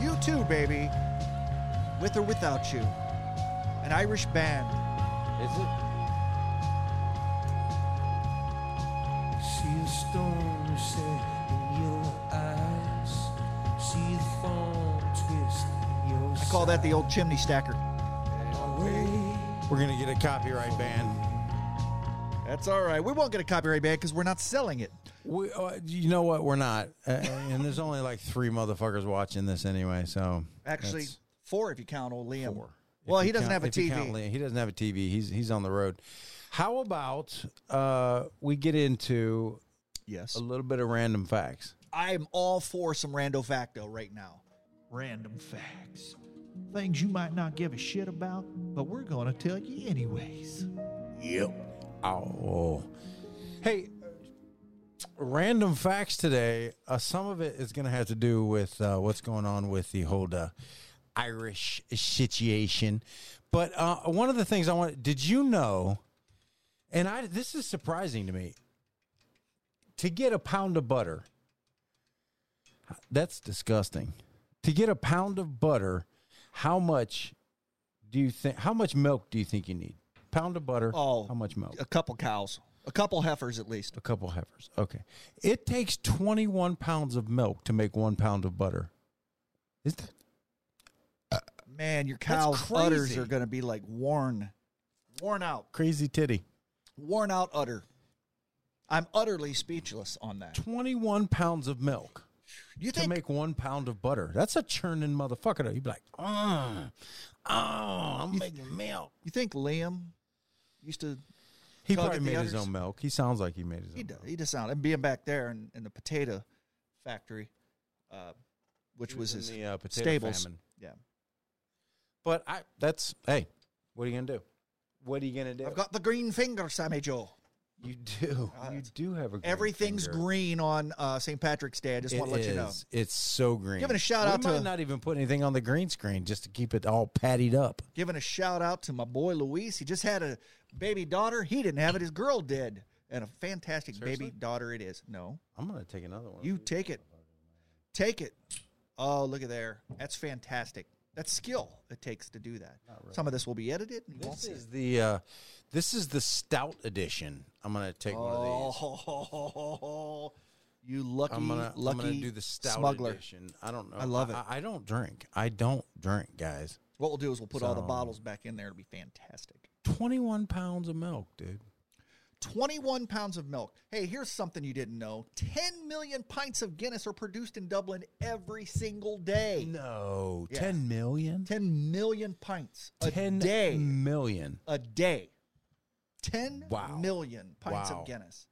S3: You too, baby. With or without you, an Irish band.
S2: is it?
S6: See a storm set in your eyes. See the thorn twist in your
S3: I call that the old chimney stacker.
S2: We're gonna get a copyright ban.
S3: That's all right. We won't get a copyright ban because we're not selling it.
S2: We, uh, you know what? We're not, uh, and there's only like three motherfuckers watching this anyway. So
S3: Actually,
S2: that's-
S3: four if you count old Liam.
S2: Four. If
S3: Well,
S2: you
S3: he doesn't
S2: count-
S3: have a
S2: if you
S3: TV.
S2: count Lin- he doesn't have a TV. He's he's on the road. How about uh, we get into
S3: Yes.
S2: a little bit of random facts?
S3: I'm all for some rando facto right now.
S7: random facts. Things you might not give a shit about, but we're going to tell you anyways.
S2: Oh, hey, random facts today. Uh, some of it is going to have to do with uh, what's going on with the whole uh, Irish situation. But uh, one of the things I want, did you know? And I this is surprising to me. To get a pound of butter, that's disgusting. To get a pound of butter, how much do you think? How much milk do you think you need? Pound of butter.
S3: Oh,
S2: how much milk?
S3: A couple cows, a couple heifers at least.
S2: A couple heifers. Okay. It takes 21 pounds of milk to make one pound of butter. Is that?
S3: Man, your
S2: That's
S3: cow's udders
S2: crazy.
S3: are going to be like worn, worn out,
S2: Crazy titty.
S3: worn out udder. I'm utterly speechless on that.
S2: 21 pounds of milk
S3: You
S2: to
S3: think
S2: make one pound of butter. That's a churning motherfucker. though. You'd be like, oh, oh I'm making milk.
S3: you think Liam used to
S2: He
S3: Tug at
S2: probably
S3: the
S2: made his
S3: udders?
S2: own milk. He sounds like he made his own
S3: he does,
S2: milk.
S3: he just sounded and being back there in, in the potato factory, uh, which
S2: He
S3: was,
S2: was in
S3: his
S2: the, uh, potato
S3: stables.
S2: famine.
S3: Yeah,
S2: But I, that's, hey, what are you going to do? What are you going to do?
S3: I've got the green finger, Sammy Joe.
S2: you do. you do have a green
S3: Everything's
S2: finger.
S3: green on uh, St. Patrick's Day. I just
S2: It
S3: want to let you know.
S2: is. It's so green.
S3: Giving a shout
S2: we
S3: out to-
S2: might not even put anything on the green screen just to keep it all pattied up.
S3: Giving a shout out to my boy Luis. He just had a baby daughter. He didn't have it. His girl did, and a fantastic baby daughter it is. No,
S2: I'm gonna take another one.
S3: you take it, take it. Oh, look at there. That's fantastic. That's skill it takes to do that. Some of this will be edited. And you won't
S2: this
S3: see it.
S2: is the uh, this is the stout edition. I'm gonna take one
S3: Oh,
S2: of these.
S3: you lucky,
S2: I'm gonna
S3: lucky
S2: I'm gonna do the stout
S3: smuggler.
S2: edition. I don't know.
S3: I love it.
S2: I, I don't drink. I don't drink, guys.
S3: What we'll do is we'll put all the
S2: So-
S3: bottles back in there. It'll be fantastic.
S2: 21 pounds of milk, dude.
S3: 21 pounds of milk. Hey, here's something you didn't know 10 million pints of Guinness are produced in Dublin every single day.
S2: No,
S3: Yeah.
S2: 10 million.
S3: 10 million pints a
S2: 10
S3: day.
S2: million.
S3: a day. Ten million
S2: Wow.
S3: pints
S2: Wow.
S3: of Guinness.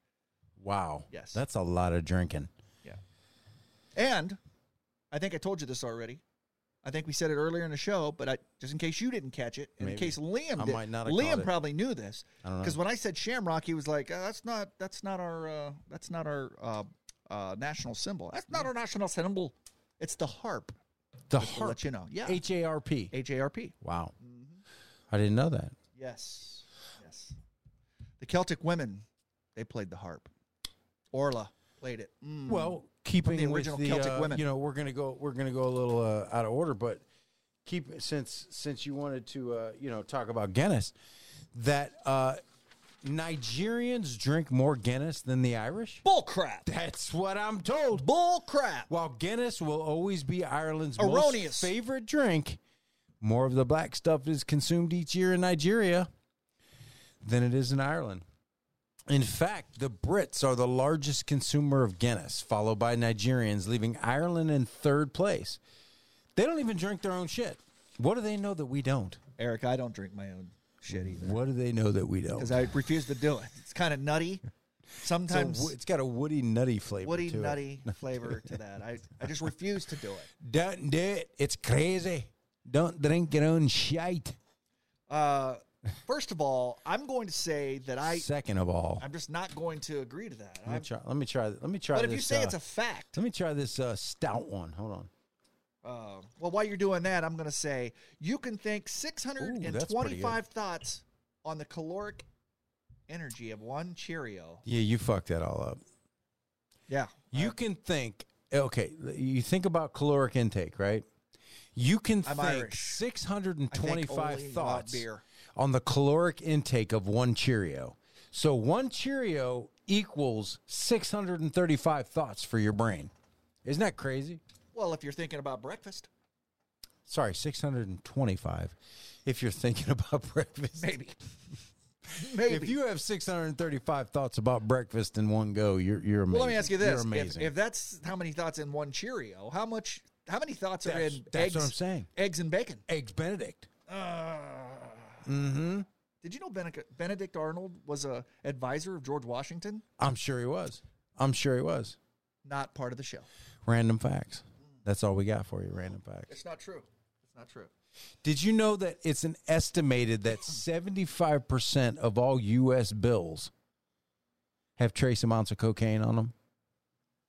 S2: Wow.
S3: Yes.
S2: That's a lot of drinking.
S3: Yeah. And I think I told you this already. I think we said it earlier in the show, but I, just in case you didn't catch it, and in
S2: Maybe.
S3: case Liam
S2: I
S3: did,
S2: might not have caught
S3: Liam
S2: it.
S3: probably knew this
S2: I don't know.
S3: because when I said Shamrock, he was like, uh, "That's not that's not our uh, that's not our uh, uh, national symbol. That's not our national symbol. It's the harp."
S2: The
S3: Just to
S2: harp.
S3: let you know, yeah,
S2: H A R P.
S3: H A R P. Mm-hmm.
S2: Wow. I didn't know that.
S3: Yes, yes. The Celtic women, they played the harp. Orla played it. Mm.
S2: Well, keeping
S3: the
S2: with
S3: original
S2: the,
S3: Celtic
S2: uh,
S3: women.
S2: You know, we're gonna go we're gonna go a little uh, out of order, but keep since since you wanted to uh, you know talk about Guinness, that uh, Nigerians drink more Guinness than the Irish.
S3: bull crap.
S2: That's what I'm told.
S3: Bull crap.
S2: While Guinness will always be Ireland's
S3: Erroneous.
S2: most favorite drink, more of the black stuff is consumed each year in Nigeria than it is in Ireland. In fact, the Brits are the largest consumer of Guinness, followed by Nigerians, leaving Ireland in third place. They don't even drink their own shit. What do they know that we don't?
S3: Eric, I don't drink my own shit either
S2: What do they know that we
S3: because
S2: don't?
S3: I refuse to do it. It's kind
S2: (laughs)
S3: of nutty.
S2: It's, a
S3: Sometimes
S2: wo- it's got a woody, nutty flavor.
S3: woody,
S2: to it. (laughs)
S3: nutty flavor to that. I, I just refuse to do it.
S2: Don't do it. It's crazy. Don't drink your own shite.
S3: Uh, first of all, I'm going to say that I
S2: Second of all,
S3: I'm just not going to agree to that.
S2: Let
S3: I'm,
S2: me try. Let me try. Let me try.
S3: but
S2: this,
S3: if you say
S2: uh,
S3: it's a fact,
S2: let me try this uh, stout one. Hold on.
S3: uh, well, while you're doing that, I'm going to say you can think
S2: that's pretty good.
S3: 625 thoughts on the caloric energy of one Cheerio.
S2: Yeah, you fucked that all up.
S3: Yeah,
S2: You can think. Okay, you think about caloric intake, right? You can
S3: I'm
S2: think
S3: Irish. I think only
S2: 625
S3: about
S2: thoughts
S3: beer.
S2: on the caloric intake of one Cheerio. So one Cheerio equals 635 thoughts for your brain. Isn't that crazy?
S3: Well, if you're thinking about breakfast,
S2: Sorry, 625 if you're thinking (laughs) about breakfast.
S3: maybe, maybe.
S2: If you have 635 thoughts about breakfast in one go, you're you're amazing.
S3: Well, let me ask you this:
S2: You're
S3: if,
S2: amazing.
S3: if that's how many thoughts in one Cheerio, how much? How many thoughts are
S2: That's-
S3: in
S2: that's
S3: eggs?
S2: what I'm saying.
S3: Eggs and bacon.
S2: Eggs Benedict.
S3: Mm-hmm. Did you know Benedict, Benedict Arnold was a advisor of George Washington?
S2: I'm sure he was. I'm sure he was.
S3: Not part of the show.
S2: Random facts. That's all we got for you, random facts.
S3: It's not true. It's not true.
S2: Did you know that it's an estimated that 75% of all US bills have trace amounts of cocaine on them?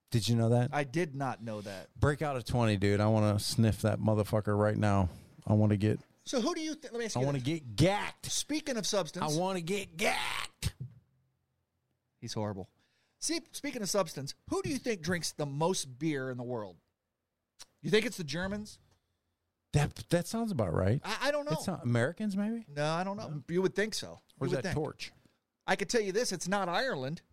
S2: Did you know that?
S3: I did not know that.
S2: Break out a 20, dude. I want to sniff that motherfucker right now. I want to get
S3: So who do you? Th- let me ask
S2: I
S3: you.
S2: want to
S3: this.
S2: get gacked.
S3: Speaking of substance,
S2: I want to get gacked.
S3: he's horrible. See, speaking of substance, who do you think drinks the most beer in the world? You think it's the Germans?
S2: That that sounds about right.
S3: I, I don't know.
S2: It's not Americans, maybe.
S3: no, I don't know. You would think so.
S2: Where's
S3: you
S2: that
S3: would think.
S2: torch?
S3: I could tell you this: it's not Ireland.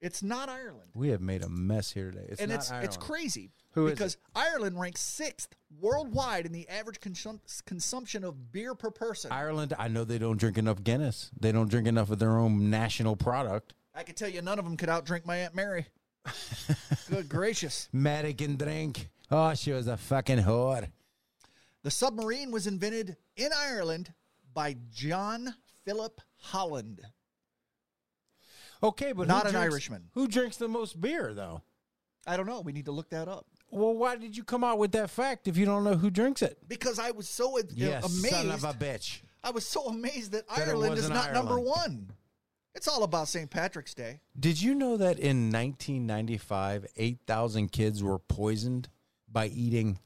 S3: It's not Ireland,
S2: We have made a mess here today. It's
S3: and
S2: not
S3: it's
S2: Ireland.
S3: it's crazy
S2: Who is it?
S3: because Ireland ranks sixth worldwide in the average consum- consumption of beer per person.
S2: Ireland. I know they don't drink enough Guinness. They don't drink enough of their own national product.
S3: I can tell you none of them could outdrink my
S2: (laughs)
S3: Aunt Mary. Good gracious.
S2: American drink. Oh, she was a fucking whore.
S3: The submarine was invented in Ireland by John Philip Holland.
S2: Okay, but who
S3: Not an
S2: drinks-
S3: Irishman.
S2: Who drinks the most beer, though?
S3: I don't know. We need to look that up
S2: Well, why did you come out with that fact if you don't know who drinks it?
S3: because I was so uh,
S2: Yes, son of
S3: amazed.
S2: a bitch.
S3: I was so amazed that,
S2: That it
S3: Ireland is
S2: wasn't
S3: not number
S2: Ireland.
S3: one. It's all about St. Patrick's Day.
S2: Did you know that in 1995, 8,000 kids were poisoned by eating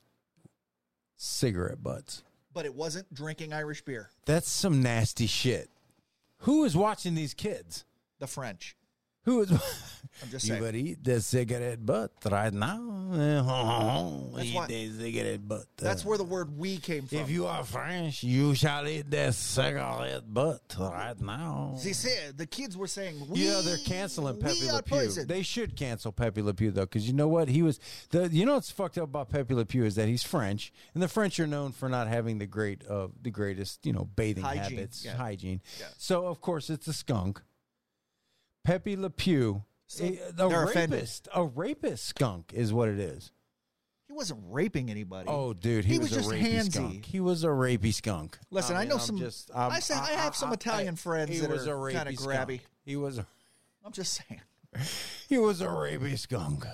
S2: cigarette butts?
S3: but it wasn't drinking Irish beer.
S2: That's some nasty shit. Who is watching these kids?
S3: The French.
S2: Who is?
S3: I'm just
S2: you
S3: saying.
S2: would eat the cigarette butt right now.
S3: That's
S2: eat
S3: why-
S2: the cigarette butt.
S3: That's where the word "we" came from.
S2: If you are French, you shall eat the cigarette butt right now.
S3: they said the kids were saying, "We."
S2: Yeah, they're canceling Pepe
S3: we
S2: Le
S3: are
S2: Pew.
S3: poisoned.
S2: They should cancel Pepe Le Pew though, because you know what? He was the. You know what's fucked up about Pepe Le Pew is that he's French, and the French are known for not having the great of the greatest, you know, bathing
S3: Hygiene,
S2: habits,
S3: yeah.
S2: hygiene.
S3: Yeah.
S2: So of course it's a skunk. Pepe Le Pew, eh,
S3: So
S2: a, a
S3: they're offended.
S2: rapist, a rapist skunk is what it is.
S3: he wasn't raping anybody.
S2: Oh, dude, he,
S3: He was just
S2: a rapey
S3: handsy.
S2: skunk. He was a rapey skunk.
S3: Listen, I know
S2: I'm
S3: some-
S2: I'm-
S3: I said- I have some Italian friends
S2: he
S3: that
S2: was
S3: are
S2: a rapey
S3: kinda
S2: skunk.
S3: grabby.
S2: He was. A,
S3: I'm just saying.
S2: He was a rabid skunk.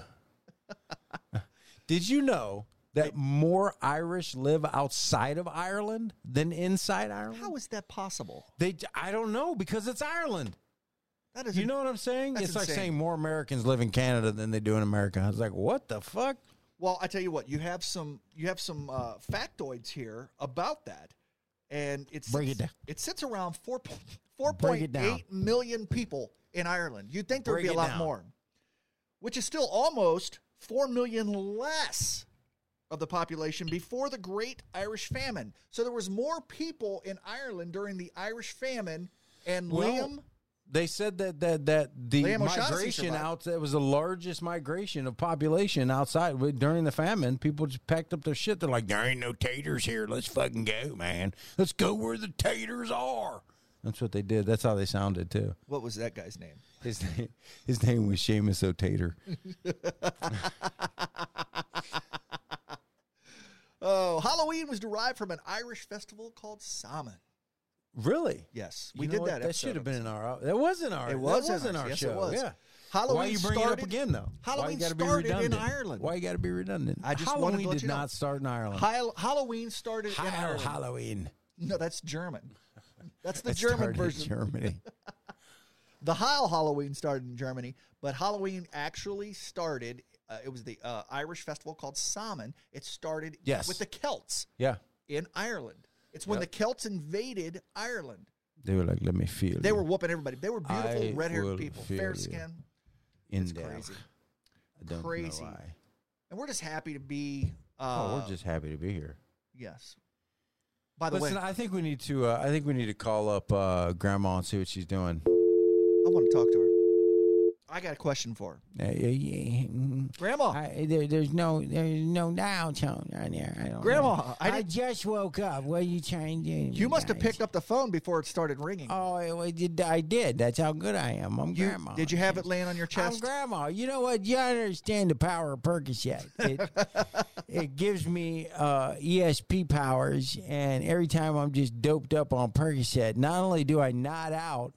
S2: Did you know that more Irish live outside of Ireland than inside Ireland?
S3: How is that possible?
S2: they, I don't know because it's Ireland.
S3: That is.
S2: You know what I'm saying?
S3: That's
S2: it's like
S3: insane.
S2: saying more Americans live in Canada than they do in America. I was like, what the fuck?
S3: Well, I tell you what. You have some. You have some uh, factoids here about that, and it's
S2: Break it down.
S3: It sits around four po- four
S2: Break it
S3: point
S2: down.
S3: eight million people in Ireland. You'd think there'd
S2: Break
S3: be a
S2: it
S3: lot
S2: down.
S3: more, which is still almost four million less of the population before the Great Irish Famine. So there was more people in Ireland during the Irish Famine, and
S2: Well,
S3: Liam.
S2: They said that that that the
S3: Liam O'Shaughnessy
S2: migration
S3: survived.
S2: out that was the largest migration of population outside with- during the famine. People just packed up their shit. They're like, there ain't no taters here. Let's fucking go, man. Let's go where the taters are. That's what they did. That's how they sounded too.
S3: What was that guy's name?
S2: His name, his name was Seamus O'Tater.
S3: Oh, Halloween was derived from an Irish festival called Samhain.
S2: Really?
S3: Yes,
S2: You
S3: we
S2: know
S3: did
S2: what?
S3: that.
S2: That
S3: episode
S2: should have
S3: on
S2: been in our. uh, That was in our.
S3: It
S2: that
S3: was in
S2: in
S3: ours.
S2: our
S3: Yes, it
S2: show.
S3: was.
S2: Yeah.
S3: Halloween
S2: Why you bring it up
S3: started-
S2: again though? Why
S3: Halloween
S2: you gotta be
S3: started in
S2: redundant?
S3: Ireland.
S2: Why you got to be redundant?
S3: I just wanted to
S2: Halloween
S3: let
S2: did
S3: you know.
S2: not start in Ireland.
S3: Hall- Halloween started in
S2: Heil
S3: Ireland.
S2: Halloween.
S3: No, that's German. That's the
S2: It
S3: German
S2: started in
S3: version. (laughs)
S2: Germany.
S3: The Heil Halloween started in Germany, but Halloween actually started. Uh, it was the uh, Irish festival called Samhain. It started
S2: Yes.
S3: with the Celts
S2: Yeah.
S3: in Ireland. It's when the Celts invaded Ireland.
S2: They were like, let me feel.
S3: They
S2: you
S3: were whooping everybody. They were beautiful,
S2: I will
S3: red-haired people,
S2: feel
S3: fair
S2: you.
S3: skin.
S2: in
S3: It's
S2: there.
S3: crazy,
S2: I don't know
S3: Crazy.
S2: why.
S3: and we're just happy to be. Uh,
S2: Oh, we're just happy to be here.
S3: yes. By the
S2: Listen,
S3: way, I,
S2: I think we need to. Uh, I think we need to call up uh, Grandma and see what she's doing.
S3: want to talk to her. I got a question for her,
S2: Uh, yeah, yeah, mm,
S3: Grandma.
S2: I, there, there's no, there's no downtown on there. I don't know.
S3: Grandma, I
S2: I,
S3: didn't-
S2: just woke up. What are you trying to do?
S3: You must have picked up the phone before it started ringing.
S2: Oh, I, I did. I did. That's how good I am. I'm
S3: You-
S2: Grandma.
S3: Did you have it laying on your
S2: I'm
S3: chest?
S2: grandma. You know what? You understand the power of Percocet. It, it gives me uh, ESP powers, and every time I'm just doped up on Percocet, not only do I nod out,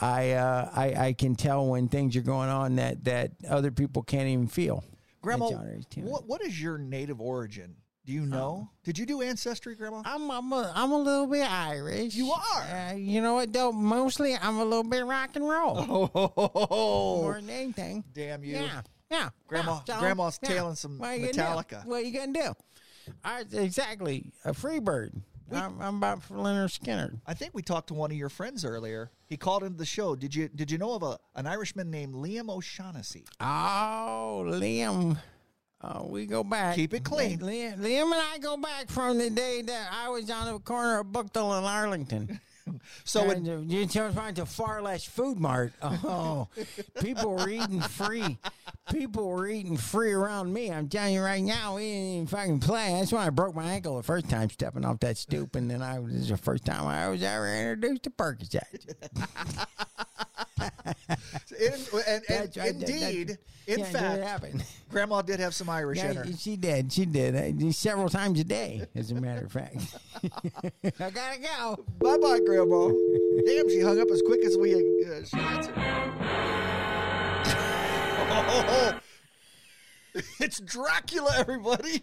S2: I, uh, I I can tell when things are going on that that other people can't even feel.
S3: Grandma,
S2: That's all there is to it.
S3: what, what is your native origin? Do you know? Did you do ancestry, Grandma?
S2: I'm I'm a, I'm a little bit Irish.
S3: You are.
S2: Uh, you know what though? Mostly I'm a little bit rock and roll more
S3: (laughs) Oh,
S2: than anything.
S3: damn you.
S2: Yeah, yeah.
S3: Grandma-
S2: yeah, so,
S3: Grandma's tailing some
S2: What you gonna do?
S3: Metallica.
S2: What you gonna do? I, exactly, a free bird. I'm, I'm about for Leonard Skinner.
S3: I think we talked to one of your friends earlier. He called into the show. Did you did you know of a, an Irishman named Liam O'Shaughnessy?
S2: Oh, Liam. Oh, we go back.
S3: Keep it clean.
S2: Liam, Liam and I go back from the day that I was on the corner of Buckdale and Arlington.
S3: So
S2: Trying
S3: in,
S2: to- you turn find to far less food mart. (laughs) Oh, people were eating free. People were eating free around me. I'm telling you right now, we didn't even fucking play. That's why I broke my ankle the first time stepping off that
S3: (laughs)
S2: stoop, and then I was this is the first time I was ever introduced to Percocet.
S3: In, and and
S2: That's right, that- that-
S3: indeed, in
S2: yeah, it
S3: fact, (laughs)
S2: happened.
S3: Grandma did have some Irish in
S2: Yeah,
S3: her.
S2: she did. She did. Uh, Several times a day, as a matter of fact. (laughs) I gotta go.
S3: Bye bye, Grandma. Damn, she hung up as quick as we uh, she answered. (laughs) It's Dracula, everybody.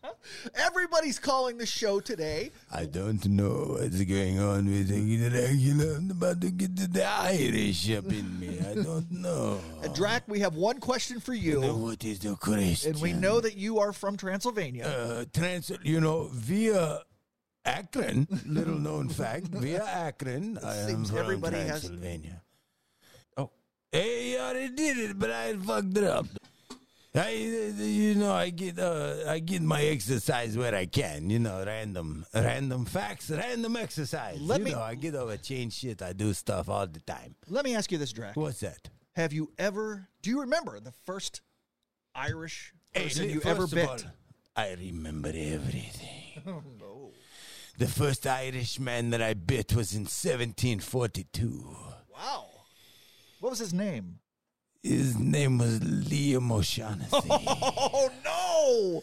S3: (laughs) Everybody's calling the show today.
S2: I don't know what's going on with the regular. I'm about to get the Irish up in me. I don't know.
S3: And Drac, we have one question for you.
S2: What is the question?
S3: And we know that you are from Transylvania.
S2: uh, trans, you know, via Akron, little known (laughs) fact, via Akron, I am
S3: seems
S2: from
S3: everybody has-
S2: Transylvania. Oh, hey, you already did it, but I fucked it up. I, you know, I get, uh, I get my exercise where I can. You know, random, random facts, random exercise.
S3: Let
S2: you
S3: me-
S2: know, I get over change shit. I do stuff all the time.
S3: Let me ask you this, Drac.
S2: What's that?
S3: Have you ever, do you remember the first Irish person
S2: li-
S3: you
S2: first
S3: ever
S2: of
S3: bit?
S2: all, Oh, I remember everything. (laughs) The first Irishman that I bit was in 1742.
S3: Wow. What was his name?
S2: His name was Liam (laughs) O'Shaughnessy.
S3: Oh, no.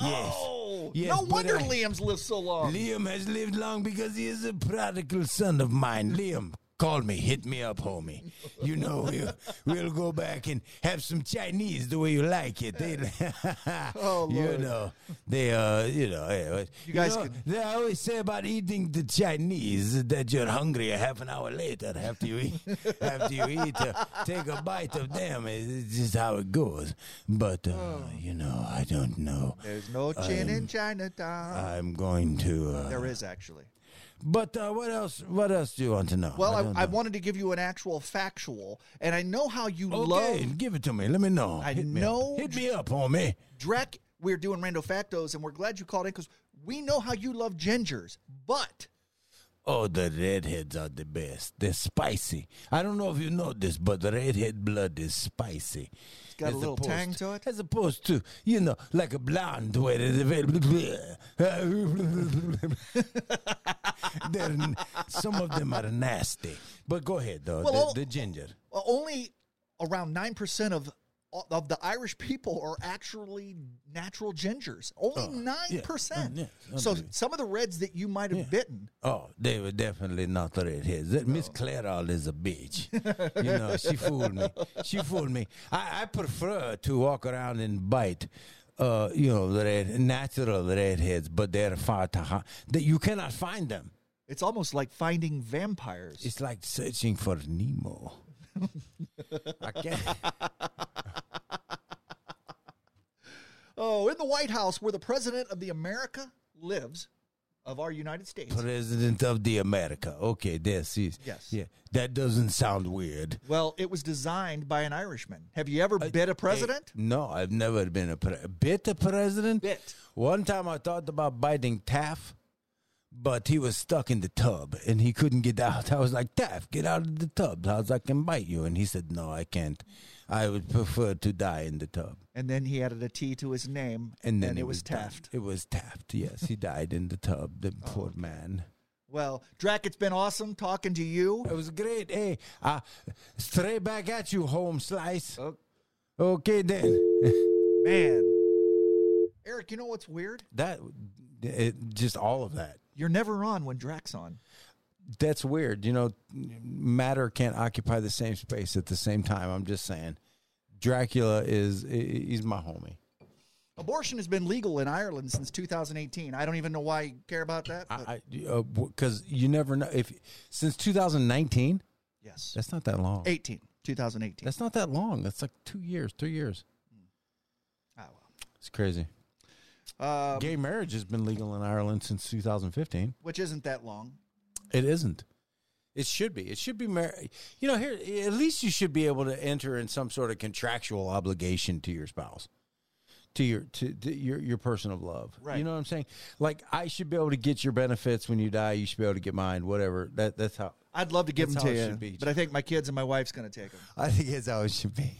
S2: Yes.
S3: Oh,
S2: Yes,
S3: no
S2: but
S3: wonder
S2: I-
S3: Liam's lived so long.
S2: Liam has lived long because he is a prodigal son of mine. Liam, call me, hit me up, homie. You know, we'll, we'll go back and have some Chinese the way you like it. They, (laughs)
S3: Oh,
S2: you
S3: Lord.
S2: know, they, uh, you know, anyway. you
S3: guys
S2: know,
S3: can-
S2: they always say about eating the Chinese that you're hungry a half an hour later after you eat.
S3: (laughs)
S2: after you eat, uh, take a bite of them. It's just how it goes. But uh,
S3: Oh.
S2: you know, I don't know.
S3: There's no chin in Chinatown.
S2: I'm going to. Uh,
S3: there is actually.
S2: but uh, what else? What else do you want to know?
S3: Well,
S2: don't
S3: I, I
S2: know.
S3: wanted to give you an actual factual, and I know how you
S2: Okay,
S3: love
S2: give it to me. Let me know.
S3: I
S2: Hit me
S3: know-
S2: Up. Hit me up, homie.
S3: Drek. We're doing rando factos, and we're glad you called in because we know how you love gingers. But
S2: Oh, the redheads are the best. They're spicy. I don't know if you know this, but the redhead blood is spicy. It's
S3: got a little tang to it?
S2: As opposed to, you know, like a blonde where it is available. (laughs) They're n- some of them are nasty. But go ahead, though.
S3: Well, all-
S2: the, the ginger.
S3: uh, only around nine percent of uh, of the Irish people are actually natural gingers. Only nine
S2: yeah.
S3: percent.
S2: Mm, yeah.
S3: so
S2: Unbelievable.
S3: some of the Reds that you might have bitten.
S2: Oh, they were definitely not the redheads. That Miss Clairol is a bitch. you know, she fooled me. She fooled me. I, I prefer to walk around and bite. Uh, you know, the red, natural redheads, but they're far too high. That you cannot find them.
S3: It's almost like finding vampires.
S2: It's like searching for Nemo. I can't.
S3: Oh, in the White House, where the president of the America lives, of our United States.
S2: President of the America. Okay, there she's.
S3: Yes.
S2: Yeah, that doesn't sound weird.
S3: Well, it was designed by an Irishman. Have you ever bit a president?
S2: Eh, no, I've never been a pre- bit a president.
S3: Bit.
S2: One time I thought about biting Taft, but he was stuck in the tub and he couldn't get out. I was like, Taft, get out of the tub. How's I can bite you? And he said, No, I can't. I would prefer to die in the tub.
S3: And then he added a T to his name,
S2: And then
S3: it was
S2: done.
S3: Taft.
S2: It was Taft. Yes, he died in the tub.
S3: Oh,
S2: The poor man.
S3: Well, Drac, it's been awesome talking to you.
S2: It was great. Hey, uh, straight back at you, home slice.
S3: Oh.
S2: Okay, then. (laughs) Oh,
S3: Man. Eric, you know what's weird?
S2: That it, just all of that.
S3: You're never on when Drac's on.
S2: that's weird. You know, matter can't occupy the same space at the same time. I'm just saying, Dracula is i- i- he's my homie.
S3: Abortion has been legal in Ireland since 2018. I don't even know why you care about that. but
S2: I because you never know if since 2019.
S3: yes.
S2: That's not that long.
S3: 18. 2018.
S2: That's not that long. That's like two years, three years.
S3: Ah,
S2: It's crazy.
S3: well. Um,
S2: Gay marriage has been legal in Ireland since 2015.
S3: which isn't that long.
S2: It isn't. It should be. It should be. Mar- you know, here at least you should be able to enter in some sort of contractual obligation to your spouse, to your to, to your your person of love.
S3: Right.
S2: You know what I'm saying? Like I should be able to get your benefits when you die. You should be able to get mine. Whatever. That that's how.
S3: I'd love to give
S2: That's
S3: them
S2: how it
S3: to you,
S2: should be.
S3: but I think my kids and my wife's going to take them.
S2: I think that's how it should be.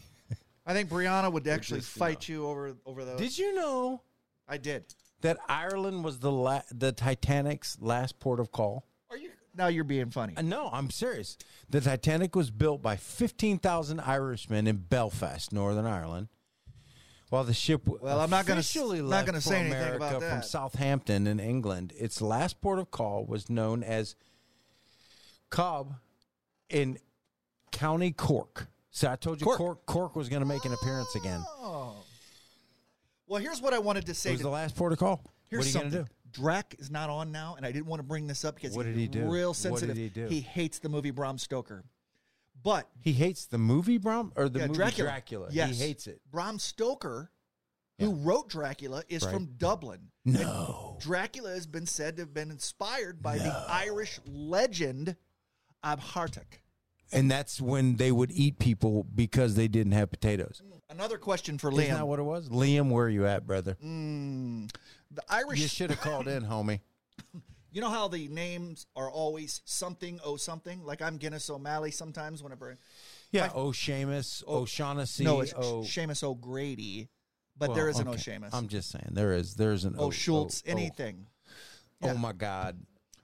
S3: I think Brianna would actually
S2: just, you
S3: fight you over over those.
S2: Did you know
S3: I did.
S2: that Ireland was the la- the Titanic's last port of call?
S3: Are you Now you're being funny.
S2: Uh, No, I'm serious. The Titanic was built by 15,000 Irishmen in Belfast, Northern Ireland. While the ship
S3: Well, I'm not gonna s-
S2: officially
S3: not
S2: left
S3: gonna
S2: for
S3: say anything
S2: America
S3: about
S2: from
S3: that.
S2: Southampton in England, its last port of call was known as Cobb in County Cork. So I told you
S3: Cork. Oh,
S2: Cork Cork, was going to make an appearance again.
S3: Well, here's what I wanted to
S2: It
S3: say.
S2: was
S3: to-
S2: the last port of call.
S3: here's
S2: what are you
S3: something.
S2: going to do?
S3: Drac is not on now, and I didn't want to bring this up because
S2: What
S3: he's
S2: did he do?
S3: real
S2: What did
S3: sensitive.
S2: he do?
S3: hates the movie Bram Stoker. But
S2: He hates the movie Brom or the
S3: yeah,
S2: movie
S3: Dracula.
S2: Dracula.
S3: Yes.
S2: He hates it.
S3: Bram Stoker, who wrote Dracula, is
S2: Right.
S3: from Dublin.
S2: No.
S3: Dracula has been said to have been inspired by the Irish legend Abhartik.
S2: And that's when they would eat people because they didn't have potatoes.
S3: Another question for
S2: Isn't that
S3: Liam. Mm.
S2: what it was? Liam, where are you at, brother?
S3: the Irish
S2: You should have called in, homie.
S3: You know how the names are always something oh something? Like I'm Guinness O'Malley sometimes whenever.
S2: (laughs) Yeah. Oh, Seamus. Oh, Shaughnessy.
S3: no, it's
S2: oh,
S3: Seamus O'Grady, but
S2: well,
S3: there is an
S2: okay.
S3: O'Seamus.
S2: I'm just saying there is there is an
S3: oh, Schultz,
S2: oh,
S3: anything.
S2: Oh,
S3: yeah.
S2: oh my God.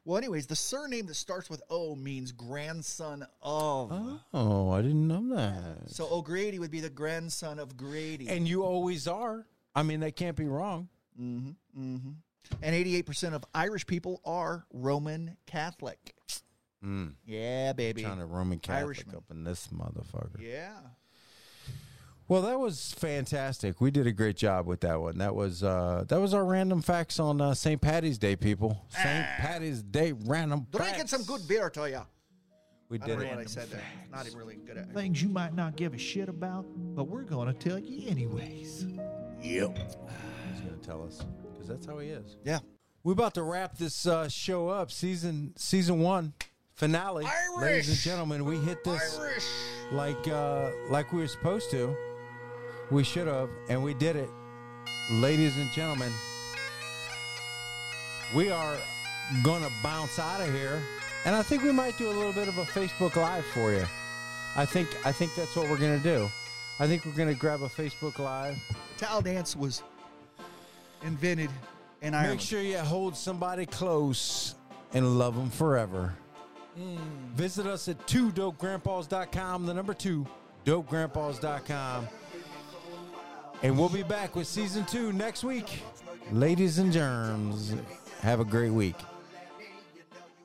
S3: Well, anyways, the surname that starts with O means grandson of.
S2: Oh, I didn't know that.
S3: So O'Grady would be the grandson of Grady. And,
S2: And you always are. I mean, they can't be wrong.
S3: 88% of Irish people are Roman Catholic. Yeah, baby.
S2: Kind of Roman Catholic
S3: Irishman.
S2: up in this motherfucker.
S3: Yeah.
S2: Well, that was fantastic. We did a great job with that one. That was uh, that was our random facts on uh, St. Patty's Day, people. St. Patty's Day random.
S3: Ah. Drinking
S2: facts.
S3: some good beer to ya.
S2: We
S3: I
S2: did
S3: don't know what I
S2: it.
S3: said there. Not even really good at
S7: Things you might not give a shit about, but we're going to tell you anyways.
S2: He's gonna tell us because that's how he is.
S3: Yeah.
S2: We're about to wrap this uh, show up. Season season one finale. Ladies and
S3: Irish.
S2: gentlemen, we hit this like uh, like we were supposed to. We should have, and we did it. Ladies and gentlemen, we are gonna bounce out of here, and I think we might do a little bit of a Facebook Live for you. I think I think that's what we're gonna do. I think we're gonna grab a Facebook Live.
S3: towel dance was invented in Ireland.
S2: Make sure you hold somebody close and love them forever. Visit us at 2dopegrandpas.com, the number 2, dopegrandpas.com. And we'll be back with season 2 next week. Ladies and germs, have a great week.